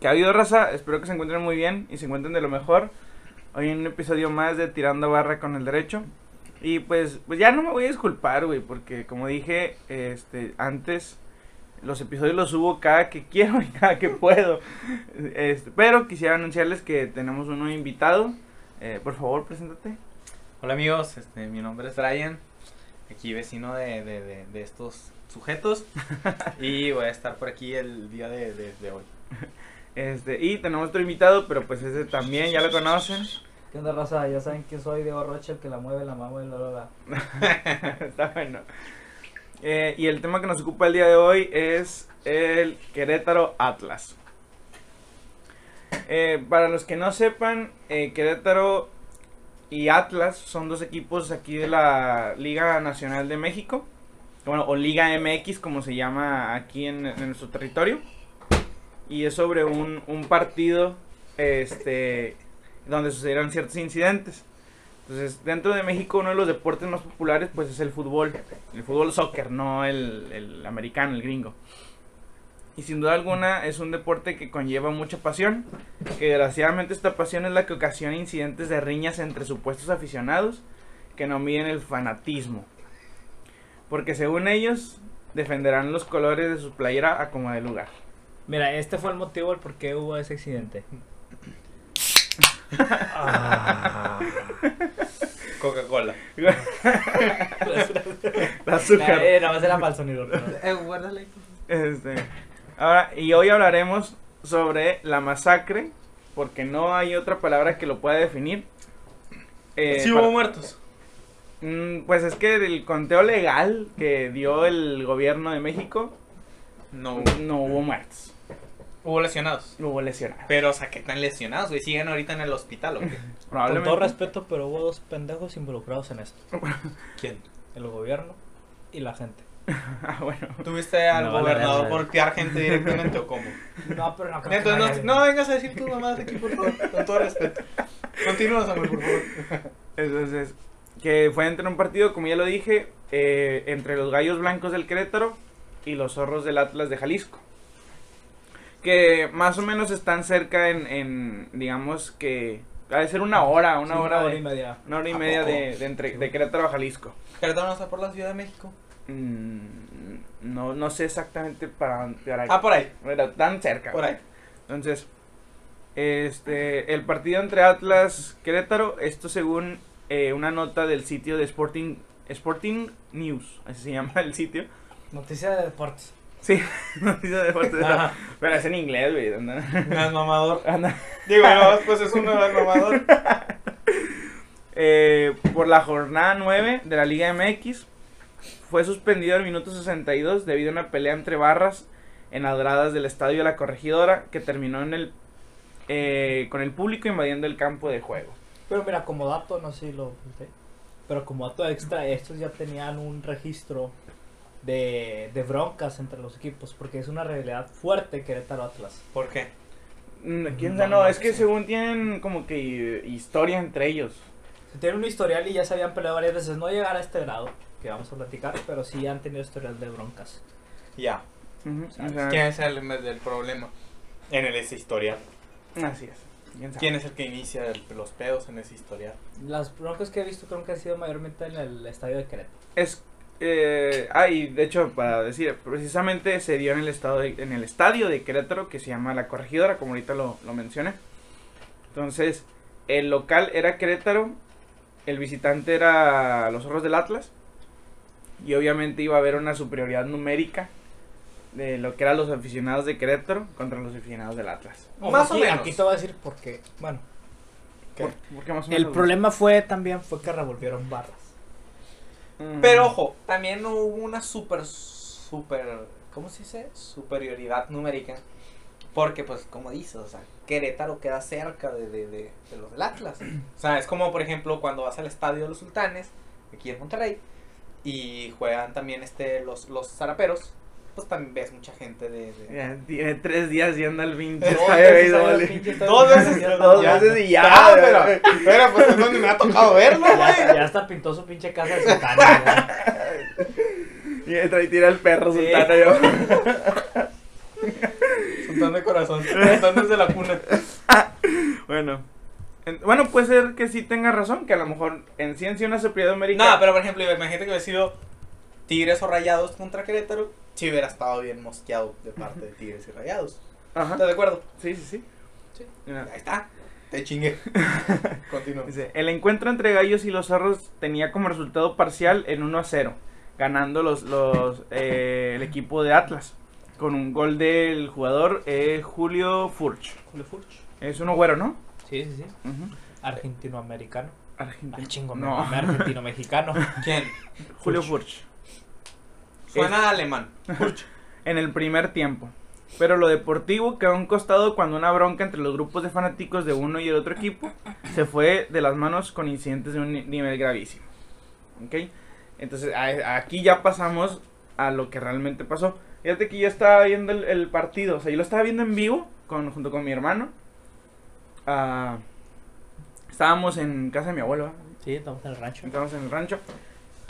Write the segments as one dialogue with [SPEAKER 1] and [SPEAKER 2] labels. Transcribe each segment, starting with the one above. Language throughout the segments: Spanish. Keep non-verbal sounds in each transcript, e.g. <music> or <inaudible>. [SPEAKER 1] que ha habido raza. Espero que se encuentren muy bien y se encuentren de lo mejor. Hoy un episodio más de Tirando Barra con el Derecho. Y pues, pues ya no me voy a disculpar, güey, porque como dije este, antes, los episodios los subo cada que <laughs> quiero y cada que puedo. Este, pero quisiera anunciarles que tenemos un nuevo invitado. Eh, por favor, preséntate.
[SPEAKER 2] Hola amigos, este, mi nombre es Brian, aquí vecino de, de, de, de estos <laughs> sujetos y voy a estar por aquí el día de, de- de hoy.
[SPEAKER 1] Este, y tenemos otro invitado, pero pues ese también ya lo conocen.
[SPEAKER 3] ¿Qué onda, raza? Ya saben que soy Diego Rocha, el que la mueve, la mamo, el lolola.
[SPEAKER 1] <laughs> Está bueno. Eh, y el tema que nos ocupa el día de hoy es el Querétaro Atlas. Eh, para los que no sepan, eh, Querétaro y Atlas son dos equipos aquí de la Liga Nacional de México. Bueno, o Liga MX, como se llama aquí en, en nuestro territorio. Y es sobre un, un partido este, donde sucedieron ciertos incidentes. Entonces, dentro de México, uno de los deportes más populares, pues, es el fútbol. El fútbol soccer, no el, el americano, el gringo. Y sin duda alguna, es un deporte que conlleva mucha pasión. Que desgraciadamente esta pasión es la que ocasiona incidentes de riñas entre supuestos aficionados que no miden el fanatismo. Porque según ellos, defenderán los colores de su playera a como de lugar. <laughs>
[SPEAKER 3] Mira, este fue el motivo del por qué hubo ese accidente. Ah,
[SPEAKER 2] Coca-Cola.
[SPEAKER 1] La
[SPEAKER 3] <laughs>
[SPEAKER 1] azúcar.
[SPEAKER 3] Eh, nada más era para el sonido. ¿no?
[SPEAKER 2] Eh,
[SPEAKER 1] Este, ahora, y hoy hablaremos sobre la masacre, porque no hay otra palabra que lo pueda definir. Eh,
[SPEAKER 2] sí
[SPEAKER 1] para-
[SPEAKER 2] hubo muertos.
[SPEAKER 1] Mm, pues es que el conteo legal que dio el gobierno de México,
[SPEAKER 2] No hubo.
[SPEAKER 1] no hubo muertos,
[SPEAKER 2] Hubo lesionados.
[SPEAKER 1] no hubo lesionados.
[SPEAKER 2] Pero, o sea, ¿qué tan lesionados, güey? ¿Siguen ahorita en el hospital o qué?
[SPEAKER 3] Con todo
[SPEAKER 1] Probablemente.
[SPEAKER 3] respeto, pero hubo dos pendejos involucrados en esto.
[SPEAKER 2] <laughs> ¿Quién?
[SPEAKER 3] El gobierno y la gente.
[SPEAKER 1] <laughs> Ah, bueno.
[SPEAKER 2] ¿Tuviste al
[SPEAKER 3] No, la
[SPEAKER 2] gobernador
[SPEAKER 3] verdad,
[SPEAKER 2] por piar gente directamente o <laughs> cómo?
[SPEAKER 3] No, pero no creo que
[SPEAKER 2] Entonces,
[SPEAKER 3] nadie-
[SPEAKER 2] no, no vengas a decir tus mamadas aquí, por favor, con todo respeto. Continúa, Samuel, por favor.
[SPEAKER 1] Entonces, que fue entre un partido, como ya lo dije, eh, entre los gallos blancos del Querétaro y los zorros del Atlas de Jalisco. Que más o menos están cerca en, en, digamos que, ha de ser una hora, una
[SPEAKER 3] Sí,
[SPEAKER 1] hora,
[SPEAKER 3] y
[SPEAKER 1] de,
[SPEAKER 3] media.
[SPEAKER 1] una hora y
[SPEAKER 2] ¿A
[SPEAKER 1] media
[SPEAKER 2] poco?
[SPEAKER 1] de, de entre, de Querétaro a Jalisco.
[SPEAKER 2] Perdón, vamos a por la Ciudad de México.
[SPEAKER 1] Mm, no, no sé exactamente para, para
[SPEAKER 2] Ah, por ahí,
[SPEAKER 1] pero tan cerca.
[SPEAKER 2] por ahí.
[SPEAKER 1] Entonces, este, el partido entre Atlas Querétaro, esto según eh, una nota del sitio de Sporting, Sporting News, así se llama el sitio.
[SPEAKER 3] Noticia de deportes.
[SPEAKER 1] Sí, <laughs> noticia de parte de-
[SPEAKER 2] Ajá.
[SPEAKER 1] Pero es en inglés, güey. anda- <laughs>
[SPEAKER 2] No es mamador.
[SPEAKER 1] anda.
[SPEAKER 2] Digo, no, pues es uno de mamador.
[SPEAKER 1] Eh, por la jornada 9 de la Liga MX, fue suspendido al minuto 62 debido a una pelea entre barras en las gradas del estadio La Corregidora que terminó en el, eh, con el público invadiendo el campo de juego.
[SPEAKER 3] Pero mira, como dato, no sé si lo. ¿sí? Pero como dato extra, estos ya tenían un registro de, de broncas entre los equipos, porque es una realidad fuerte Querétaro Atlas.
[SPEAKER 2] ¿Por qué?
[SPEAKER 1] Mm, ¿Quién
[SPEAKER 3] No,
[SPEAKER 1] sabe? No,
[SPEAKER 3] no
[SPEAKER 1] es que
[SPEAKER 3] sé.
[SPEAKER 1] según tienen como que eh, historia entre ellos.
[SPEAKER 3] Se tienen un historial y ya se habían peleado varias veces, no llegar a este grado que vamos a platicar, pero sí han tenido historial de broncas.
[SPEAKER 2] Ya.
[SPEAKER 1] O sea,
[SPEAKER 2] ¿Quién es el del problema? En el ese historial.
[SPEAKER 1] Así es. ¿Quién sabe?
[SPEAKER 2] ¿Quién es el que inicia el- los pedos en ese historial?
[SPEAKER 3] Las broncas que he visto creo que han sido mayormente en el estadio de Querétaro.
[SPEAKER 1] Es, eh, ah, y de hecho, para decir, precisamente se dio en el, estado de- en el estadio de Querétaro que se llama La Corregidora, como ahorita lo, lo mencioné. Entonces, el local era Querétaro, el visitante era Los Zorros del Atlas, y obviamente iba a haber una superioridad numérica de lo que eran los aficionados de Querétaro contra los aficionados del Atlas.
[SPEAKER 2] Más o
[SPEAKER 3] aquí,
[SPEAKER 2] menos.
[SPEAKER 3] Aquí te voy a decir por qué. Bueno,
[SPEAKER 1] ¿Por, por qué más o
[SPEAKER 3] el
[SPEAKER 1] menos?
[SPEAKER 3] problema fue también fue que revolvieron
[SPEAKER 2] <laughs>
[SPEAKER 3] barras.
[SPEAKER 1] Mm.
[SPEAKER 2] Pero ojo, también no hubo una super, super, ¿cómo se dice? Superioridad numérica. Porque pues, como dices, o sea, Querétaro queda cerca de, de, de- de los del <clears throat> Atlas. O sea, es como, por ejemplo, cuando vas al estadio de los Sultanes, aquí en Monterrey, y juegan también este los, los zaraperos, pues también ves mucha gente de... de-
[SPEAKER 1] Ya tiene tres días yendo al pinche
[SPEAKER 3] Dos
[SPEAKER 1] estadio de
[SPEAKER 3] veces ha ido al
[SPEAKER 1] béisbol.
[SPEAKER 3] pinche estadio
[SPEAKER 2] Dos
[SPEAKER 3] de
[SPEAKER 2] veces,
[SPEAKER 3] béisbol.
[SPEAKER 1] dos
[SPEAKER 3] Ya.
[SPEAKER 1] veces y ya.
[SPEAKER 2] Ah,
[SPEAKER 1] güey.
[SPEAKER 2] pero, pero pues es donde me
[SPEAKER 1] <laughs>
[SPEAKER 2] ha tocado verlo,
[SPEAKER 3] Ya,
[SPEAKER 2] güey.
[SPEAKER 3] hasta- ya hasta pintó su pinche casa de sultana.
[SPEAKER 1] <laughs> Y entra y tira el perro
[SPEAKER 3] Sí.
[SPEAKER 1] sultana yo.
[SPEAKER 2] montón de corazón, corazones de la cuna.
[SPEAKER 1] Bueno. En- bueno, puede ser que sí tenga razón, que a lo mejor en ciencia una superioridad numérica.
[SPEAKER 2] Nada, pero por ejemplo, imagínate que hubiera sido Tigres o Rayados contra Querétaro, si hubiera estado bien mosqueado de parte de Tigres y Rayados. ¿Estás
[SPEAKER 1] Ajá.
[SPEAKER 2] de acuerdo?
[SPEAKER 1] Sí, sí, sí.
[SPEAKER 2] Sí.
[SPEAKER 1] Mira,
[SPEAKER 2] Ahí está.
[SPEAKER 1] <laughs>
[SPEAKER 2] Te chingué. Continúa.
[SPEAKER 1] dice, el encuentro entre gallos y los zorros tenía como resultado parcial en 1 a 0, ganando los, los, <laughs> eh, el equipo de Atlas, con un gol del jugador eh, Julio Furch.
[SPEAKER 3] Julio Furch.
[SPEAKER 1] Es uno güero, ¿no?
[SPEAKER 3] Sí, sí, sí.
[SPEAKER 1] Ujú.
[SPEAKER 3] Argentino-americano.
[SPEAKER 1] Argentino.
[SPEAKER 3] Ah, chingo, me
[SPEAKER 1] no.
[SPEAKER 3] mamé, argentino-mexicano.
[SPEAKER 2] ¿Quién?
[SPEAKER 1] Julio Furch.
[SPEAKER 2] Suena alemán.
[SPEAKER 1] en el primer tiempo. Pero lo deportivo quedó a un costado cuando una bronca entre los grupos de fanáticos de uno y el otro equipo se fue de las manos con incidentes de un ni- nivel gravísimo. ¿Ok? Entonces a- e, aquí ya pasamos a lo que realmente pasó. Fíjate que yo estaba viendo el, el partido, o sea, yo lo estaba viendo en vivo con, junto con mi hermano. Ah, estábamos en casa de mi abuelo, ¿eh?
[SPEAKER 3] Sí, estamos en el rancho.
[SPEAKER 1] Entramos en el rancho.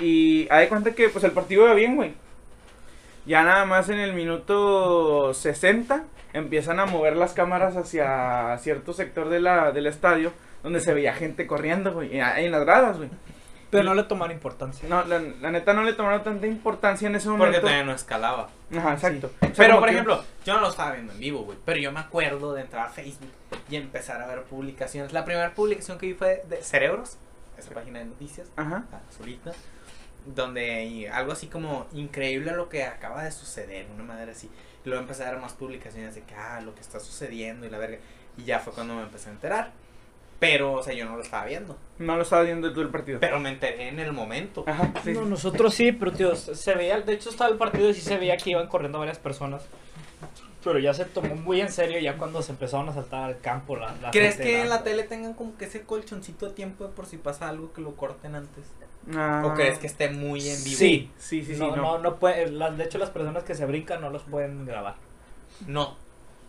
[SPEAKER 1] Y hay de cuenta que pues el partido iba bien, güey. Ya nada más en el minuto 60 empiezan a mover las cámaras hacia cierto sector de la, del estadio donde se veía gente corriendo, güey. En, en las gradas, güey.
[SPEAKER 3] Pero no le tomaron importancia.
[SPEAKER 1] No, la, la neta no le tomaron tanta importancia en ese
[SPEAKER 2] Porque
[SPEAKER 1] momento.
[SPEAKER 2] todavía no escalaba.
[SPEAKER 1] Ajá, exacto. O sea,
[SPEAKER 2] Pero,
[SPEAKER 1] como
[SPEAKER 2] por
[SPEAKER 1] que-
[SPEAKER 2] ejemplo, yo no lo estaba viendo en vivo, güey. Pero yo me acuerdo de entrar a Facebook y empezar a ver publicaciones. La primera publicación que vi fue de Cerebros, esa página de noticias,
[SPEAKER 1] Ajá.
[SPEAKER 2] la azulita, donde y algo así como increíble lo que acaba de suceder, una madre así. Y luego empecé a ver más publicaciones de que, ah, lo que está sucediendo y la verga. Y ya fue cuando me empecé a enterar. Pero, o sea, yo no lo estaba viendo.
[SPEAKER 1] No lo estaba viendo tú el partido.
[SPEAKER 2] Pero me enteré en el momento.
[SPEAKER 1] Ajá, sí.
[SPEAKER 3] No, nosotros sí, pero tío, se veía, de hecho estaba el partido y sí se veía que iban corriendo varias personas. Pero ya se tomó muy en serio ya cuando se empezaron a saltar al campo la, la
[SPEAKER 2] ¿Crees
[SPEAKER 3] Ah, gente,
[SPEAKER 2] que en la tele tengan como que ese colchoncito de tiempo de por si pasa algo que lo corten antes?
[SPEAKER 1] Ah,
[SPEAKER 2] ¿O crees que esté muy en vivo?
[SPEAKER 3] Sí.
[SPEAKER 1] Sí, sí, sí.
[SPEAKER 3] no,
[SPEAKER 1] no.
[SPEAKER 3] no, no puede, las, de hecho las personas que se brincan no los pueden grabar.
[SPEAKER 2] No.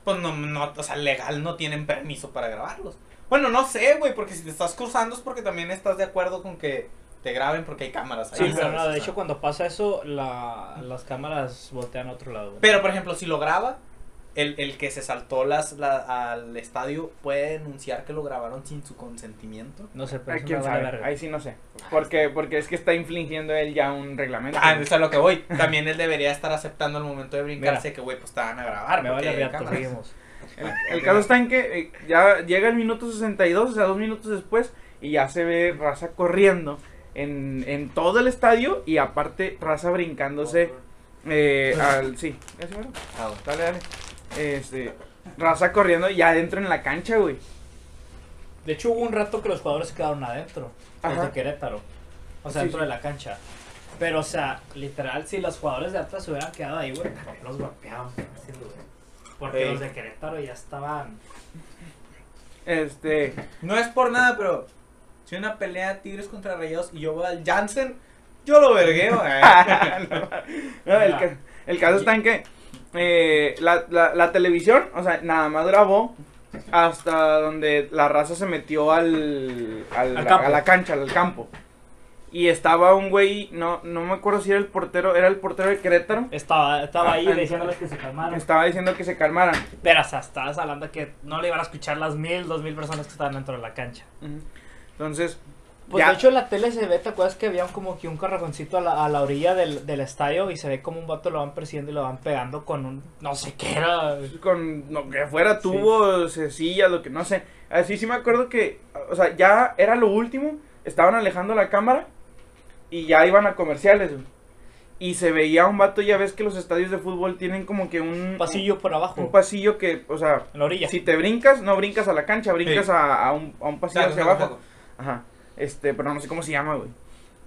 [SPEAKER 2] Pues no, no, o sea, legal no tienen permiso para grabarlos. Bueno, no sé, güey, porque si te estás cruzando es porque también estás de acuerdo con que te graben porque hay cámaras ahí.
[SPEAKER 3] Sí, pero
[SPEAKER 2] ¿sabes?
[SPEAKER 3] no,
[SPEAKER 2] O
[SPEAKER 3] de
[SPEAKER 2] sea,
[SPEAKER 3] hecho cuando pasa eso la, las cámaras voltean a otro lado. güey.
[SPEAKER 2] Pero, por ejemplo, si lo graba, el, el que se saltó las, la- al estadio puede denunciar que lo grabaron sin su consentimiento.
[SPEAKER 3] no sé, pero
[SPEAKER 1] Ay,
[SPEAKER 3] eso
[SPEAKER 1] quién
[SPEAKER 3] pues, me vale
[SPEAKER 1] sabe.
[SPEAKER 3] verga.
[SPEAKER 1] Ahí sí no sé. Porque, porque es que está infringiendo él ya un reglamento.
[SPEAKER 2] Ah, eso es a lo que voy. También él debería estar aceptando el momento de brincarse que, güey, pues te van a grabar.
[SPEAKER 3] me
[SPEAKER 2] porque
[SPEAKER 3] vale
[SPEAKER 2] hay
[SPEAKER 3] verga,
[SPEAKER 2] cámaras.
[SPEAKER 3] corrimos.
[SPEAKER 1] El, el caso está en que eh, ya llega el minuto 62, o sea, dos minutos después, y ya se ve raza corriendo en, en todo el estadio y aparte raza brincándose eh, al... Sí, ¿Ya se fueron?
[SPEAKER 2] Ah, bueno.
[SPEAKER 1] dale, dale. Este, raza corriendo ya adentro en la cancha, güey.
[SPEAKER 3] De hecho hubo un rato que los jugadores se quedaron adentro. los de
[SPEAKER 1] Ajá.
[SPEAKER 3] Querétaro. O sea,
[SPEAKER 1] Sí,
[SPEAKER 3] dentro
[SPEAKER 1] sí.
[SPEAKER 3] de la cancha. Pero, o sea, literal, si los jugadores de Atlas se hubieran quedado ahí, güey, los golpeaban. por decirlo, güey. Porque
[SPEAKER 2] Ey.
[SPEAKER 3] los de Querétaro ya estaban.
[SPEAKER 1] Este,
[SPEAKER 2] No es por nada, pero si una pelea de Tigres contra Rayados y yo voy al Jansen, yo lo vergueo.
[SPEAKER 1] <laughs>
[SPEAKER 2] eh.
[SPEAKER 1] No, el, ca- el caso está en que eh, la, la- la televisión, o sea, nada más grabó hasta donde la raza se metió al, al-
[SPEAKER 3] Al
[SPEAKER 1] la-
[SPEAKER 3] campo.
[SPEAKER 1] a la cancha, al campo. Y estaba un güey, no, no me acuerdo si era el portero, era el portero de Querétaro,
[SPEAKER 3] Estaba, estaba ahí
[SPEAKER 1] Ah,
[SPEAKER 3] diciéndoles que se calmaron.
[SPEAKER 1] que estaba diciendo que se calmaran.
[SPEAKER 3] Pero, o sea, estabas hablando que no le iban a escuchar las mil, dos mil personas que estaban dentro de la cancha.
[SPEAKER 1] Ujú. Entonces,
[SPEAKER 3] Pues
[SPEAKER 1] ya-
[SPEAKER 3] de hecho en la tele se ve, ¿te acuerdas que había como que un carragoncito a la, a la orilla del, del estadio y se ve como un vato lo van persiguiendo y lo van pegando con un no sé qué era?
[SPEAKER 1] con lo que fuera tubos, sillas, lo que no sé. Así sí me acuerdo que, o sea, ya era lo último, estaban alejando la cámara y ya iban a comerciales. güey. Y se veía un vato, ya ves que los estadios de fútbol tienen como que un
[SPEAKER 3] Un pasillo por abajo,
[SPEAKER 1] un pasillo que, o sea,
[SPEAKER 3] en la orilla.
[SPEAKER 1] si te brincas, no brincas a la cancha, brincas a, a un, a un pasillo
[SPEAKER 2] Claro,
[SPEAKER 1] hacia
[SPEAKER 2] claro,
[SPEAKER 1] abajo. Ajá. Este, pero no sé cómo se llama, güey.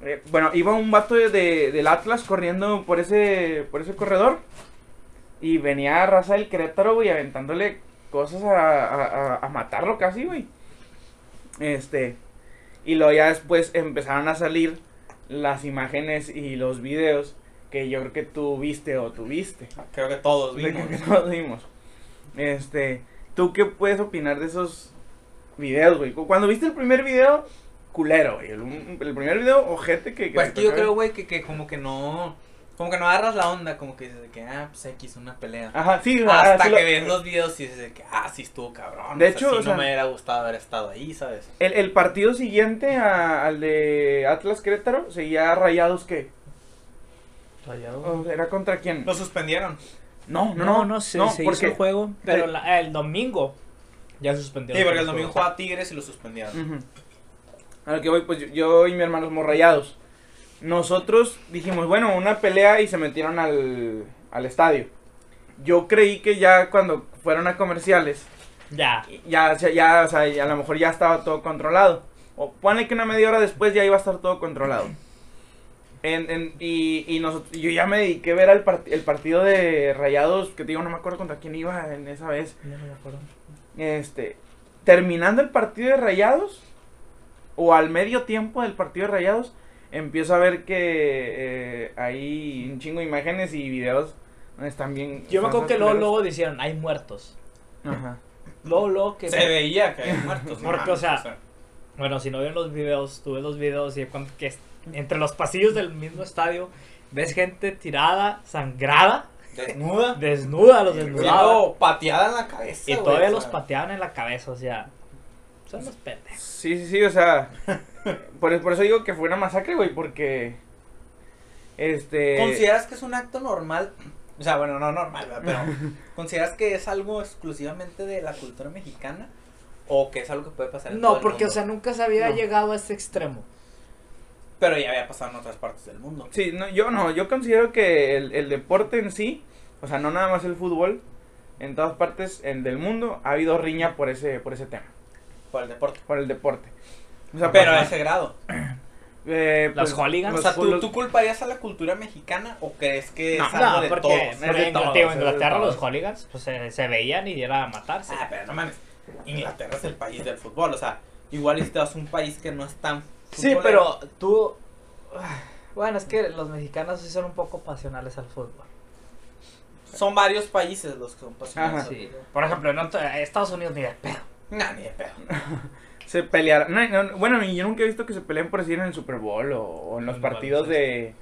[SPEAKER 1] Eh, bueno, iba un vato de, de- del Atlas corriendo por ese, por ese corredor. Y venía raza del Querétaro, güey, aventándole cosas a, a- a- a matarlo casi, güey. Este. Y luego ya después empezaron a salir las imágenes y los videos que yo creo que tú viste o tuviste.
[SPEAKER 2] claro. Creo que todos vimos.
[SPEAKER 1] <laughs> Que todos vimos. Este, ¿tú qué puedes opinar de esos videos, güey? Cu- Cuando viste el primer video, culero, güey. El, un- el primer video, ojete que... que
[SPEAKER 2] Pues
[SPEAKER 1] te
[SPEAKER 2] que yo
[SPEAKER 1] tocaba.
[SPEAKER 2] creo, güey, que, que como que no. Como que no agarras la onda, como que dices de que, ah, pues X, una pelea.
[SPEAKER 1] Ajá, sí, ah,
[SPEAKER 2] Hasta
[SPEAKER 1] sí
[SPEAKER 2] que
[SPEAKER 1] lo-
[SPEAKER 2] ves los videos y dices de que, ah, sí estuvo cabrón.
[SPEAKER 1] De
[SPEAKER 2] o sea,
[SPEAKER 1] hecho,
[SPEAKER 2] sí
[SPEAKER 1] o sea-
[SPEAKER 2] no me hubiera gustado haber estado ahí, ¿sabes?
[SPEAKER 1] el, el partido siguiente a- al de Atlas Querétaro seguía Rayados que
[SPEAKER 3] Rayado.
[SPEAKER 2] Oh,
[SPEAKER 1] o sea, era contra quién.
[SPEAKER 2] Lo suspendieron.
[SPEAKER 1] No,
[SPEAKER 4] No,
[SPEAKER 1] no, no,
[SPEAKER 4] no, se, se hizo el juego.
[SPEAKER 3] Pero la- el domingo ya suspendió.
[SPEAKER 2] Sí, porque el domingo jugaba Tigres y lo suspendieron.
[SPEAKER 1] Ujú. A lo que voy, pues yo, yo y mi hermano somos rayados. Nosotros dijimos, bueno, una pelea y se metieron al, al estadio. Yo creí que ya cuando fueron a comerciales,
[SPEAKER 3] Ya.
[SPEAKER 1] ya, se- ya, o sea, ya a lo mejor ya estaba todo controlado. O ponle que una media hora después ya iba a estar todo controlado. En- en- y y nosot- yo ya me dediqué a ver al part- el partido de Rayados, que te digo, no me acuerdo contra quién iba en esa vez.
[SPEAKER 3] No me acuerdo.
[SPEAKER 1] Este, terminando el partido de Rayados, o al medio tiempo del partido de Rayados, empiezo a ver que eh, hay un chingo de imágenes y videos donde están bien.
[SPEAKER 3] Yo me acuerdo que luego,
[SPEAKER 1] están
[SPEAKER 3] luego dijeron, hay muertos.
[SPEAKER 1] culeros. Ajá.
[SPEAKER 3] Luego, luego que...
[SPEAKER 2] Se veía que había muertos. no
[SPEAKER 3] Porque, o
[SPEAKER 2] mames,
[SPEAKER 3] sea, Bueno, si no vieron los videos, tuve los videos y cuando- que es- entre los pasillos del mismo estadio ves gente tirada, sangrada,
[SPEAKER 2] desnuda.
[SPEAKER 3] desnuda, los desnudados.
[SPEAKER 2] Siendo pateada en la cabeza.
[SPEAKER 3] Y
[SPEAKER 2] güey,
[SPEAKER 3] todavía
[SPEAKER 2] o
[SPEAKER 3] los
[SPEAKER 2] sea.
[SPEAKER 3] pateaban en la cabeza, o sea, son los pendejos.
[SPEAKER 1] Sí, sí, sí, o sea. por, por eso digo que fue una masacre, güey, porque.
[SPEAKER 3] Eh,
[SPEAKER 1] Este.
[SPEAKER 2] ¿Consideras que es un acto normal? O sea, bueno, no normal, ¿verdad?
[SPEAKER 3] <laughs>
[SPEAKER 2] pero ¿consideras que es algo exclusivamente de la cultura mexicana? ¿O que es algo que puede pasar en todo
[SPEAKER 3] No,
[SPEAKER 2] el
[SPEAKER 3] porque, o
[SPEAKER 2] mundo?
[SPEAKER 3] sea, nunca se había
[SPEAKER 1] No.
[SPEAKER 3] llegado a este extremo.
[SPEAKER 2] Pero ya había pasado en otras partes del mundo.
[SPEAKER 1] Sí, no, yo no, yo considero que el, el deporte en sí, o sea, no nada más el fútbol, en todas partes en- del mundo ha habido riña por ese, por ese tema,
[SPEAKER 2] Por el deporte.
[SPEAKER 1] por el deporte. O sea,
[SPEAKER 2] Pero
[SPEAKER 1] por-
[SPEAKER 3] pues,
[SPEAKER 2] a ese grado.
[SPEAKER 1] Eh,
[SPEAKER 3] Los hooligans.
[SPEAKER 2] O
[SPEAKER 1] los
[SPEAKER 2] sea, ¿tú,
[SPEAKER 1] hooligans-
[SPEAKER 2] tú culparías a la cultura mexicana o crees que
[SPEAKER 3] pues, No,
[SPEAKER 2] es algo de
[SPEAKER 3] porque,
[SPEAKER 2] todos?
[SPEAKER 3] porque
[SPEAKER 1] de
[SPEAKER 3] en
[SPEAKER 1] todos,
[SPEAKER 3] Inglaterra,
[SPEAKER 1] es de
[SPEAKER 3] Inglaterra
[SPEAKER 1] todos.
[SPEAKER 3] los hooligans pues, se, se veían y era a matarse.
[SPEAKER 2] Ah, pero no mames. Inglaterra es el país del fútbol. O sea, igual y si te vas a un país que no es tan.
[SPEAKER 3] Sí,
[SPEAKER 2] futbolero,
[SPEAKER 3] pero tú. <sighs> Bueno, es que los mexicanos sí son un poco pasionales al fútbol.
[SPEAKER 2] Son varios países los que son pasionados.
[SPEAKER 1] Ajá.
[SPEAKER 2] Sí.
[SPEAKER 3] Por ejemplo, en otro- eh, Estados Unidos ni de pedo.
[SPEAKER 2] Nah, ni de pedo.
[SPEAKER 1] se pelearon. No, no, bueno, yo nunca he visto que se peleen por decir en el Super Bowl o, o en los
[SPEAKER 3] En
[SPEAKER 1] partidos de.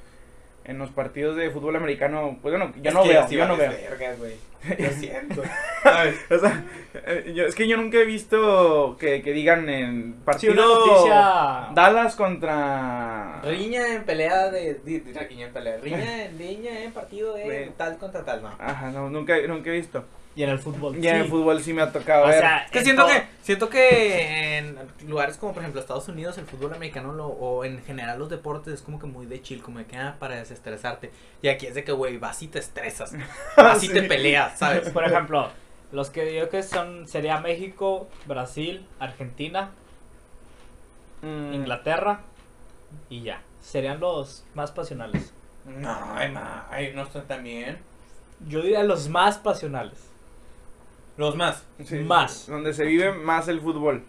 [SPEAKER 1] En los partidos de fútbol americano, pues bueno, yo no
[SPEAKER 2] Es que
[SPEAKER 1] veo,
[SPEAKER 2] sí
[SPEAKER 1] yo no veo.
[SPEAKER 2] vales vergas, güey. <laughs> Lo siento. ¿Sabes?
[SPEAKER 1] <laughs> O sea, eh, yo- es que yo nunca he visto que, que digan en
[SPEAKER 3] Sí,
[SPEAKER 1] partido
[SPEAKER 3] una noticia.
[SPEAKER 1] Dallas contra
[SPEAKER 2] <laughs> Riña en pelea de. di- di- Riña en pelea. <laughs> Riña en, riña en partido de
[SPEAKER 1] Güey.
[SPEAKER 2] tal contra tal, no.
[SPEAKER 1] Ajá, no, nunca, nunca he visto.
[SPEAKER 3] Y en el fútbol.
[SPEAKER 1] Ya en el
[SPEAKER 3] sí.
[SPEAKER 1] fútbol sí me ha tocado
[SPEAKER 3] O
[SPEAKER 1] ver.
[SPEAKER 3] sea,
[SPEAKER 2] Es que
[SPEAKER 3] en
[SPEAKER 2] siento
[SPEAKER 3] todo-
[SPEAKER 2] que, siento que en lugares como por ejemplo Estados Unidos el fútbol americano lo- o en general los deportes es como que muy de chill, como de que ah, para desestresarte. Y aquí es de que, güey, vas y te <laughs> estresas, vas y te peleas, ¿sabes?
[SPEAKER 3] Por ejemplo, los que yo que son. Sería México, Brasil, Argentina,
[SPEAKER 1] Mm,
[SPEAKER 3] Inglaterra y ya. Serían los más pasionales.
[SPEAKER 2] No, ay, ma, ay, no están tan bien.
[SPEAKER 3] Yo diría los más pasionales.
[SPEAKER 2] Los más.
[SPEAKER 1] sí,
[SPEAKER 3] más.
[SPEAKER 1] Donde se vive más el fútbol.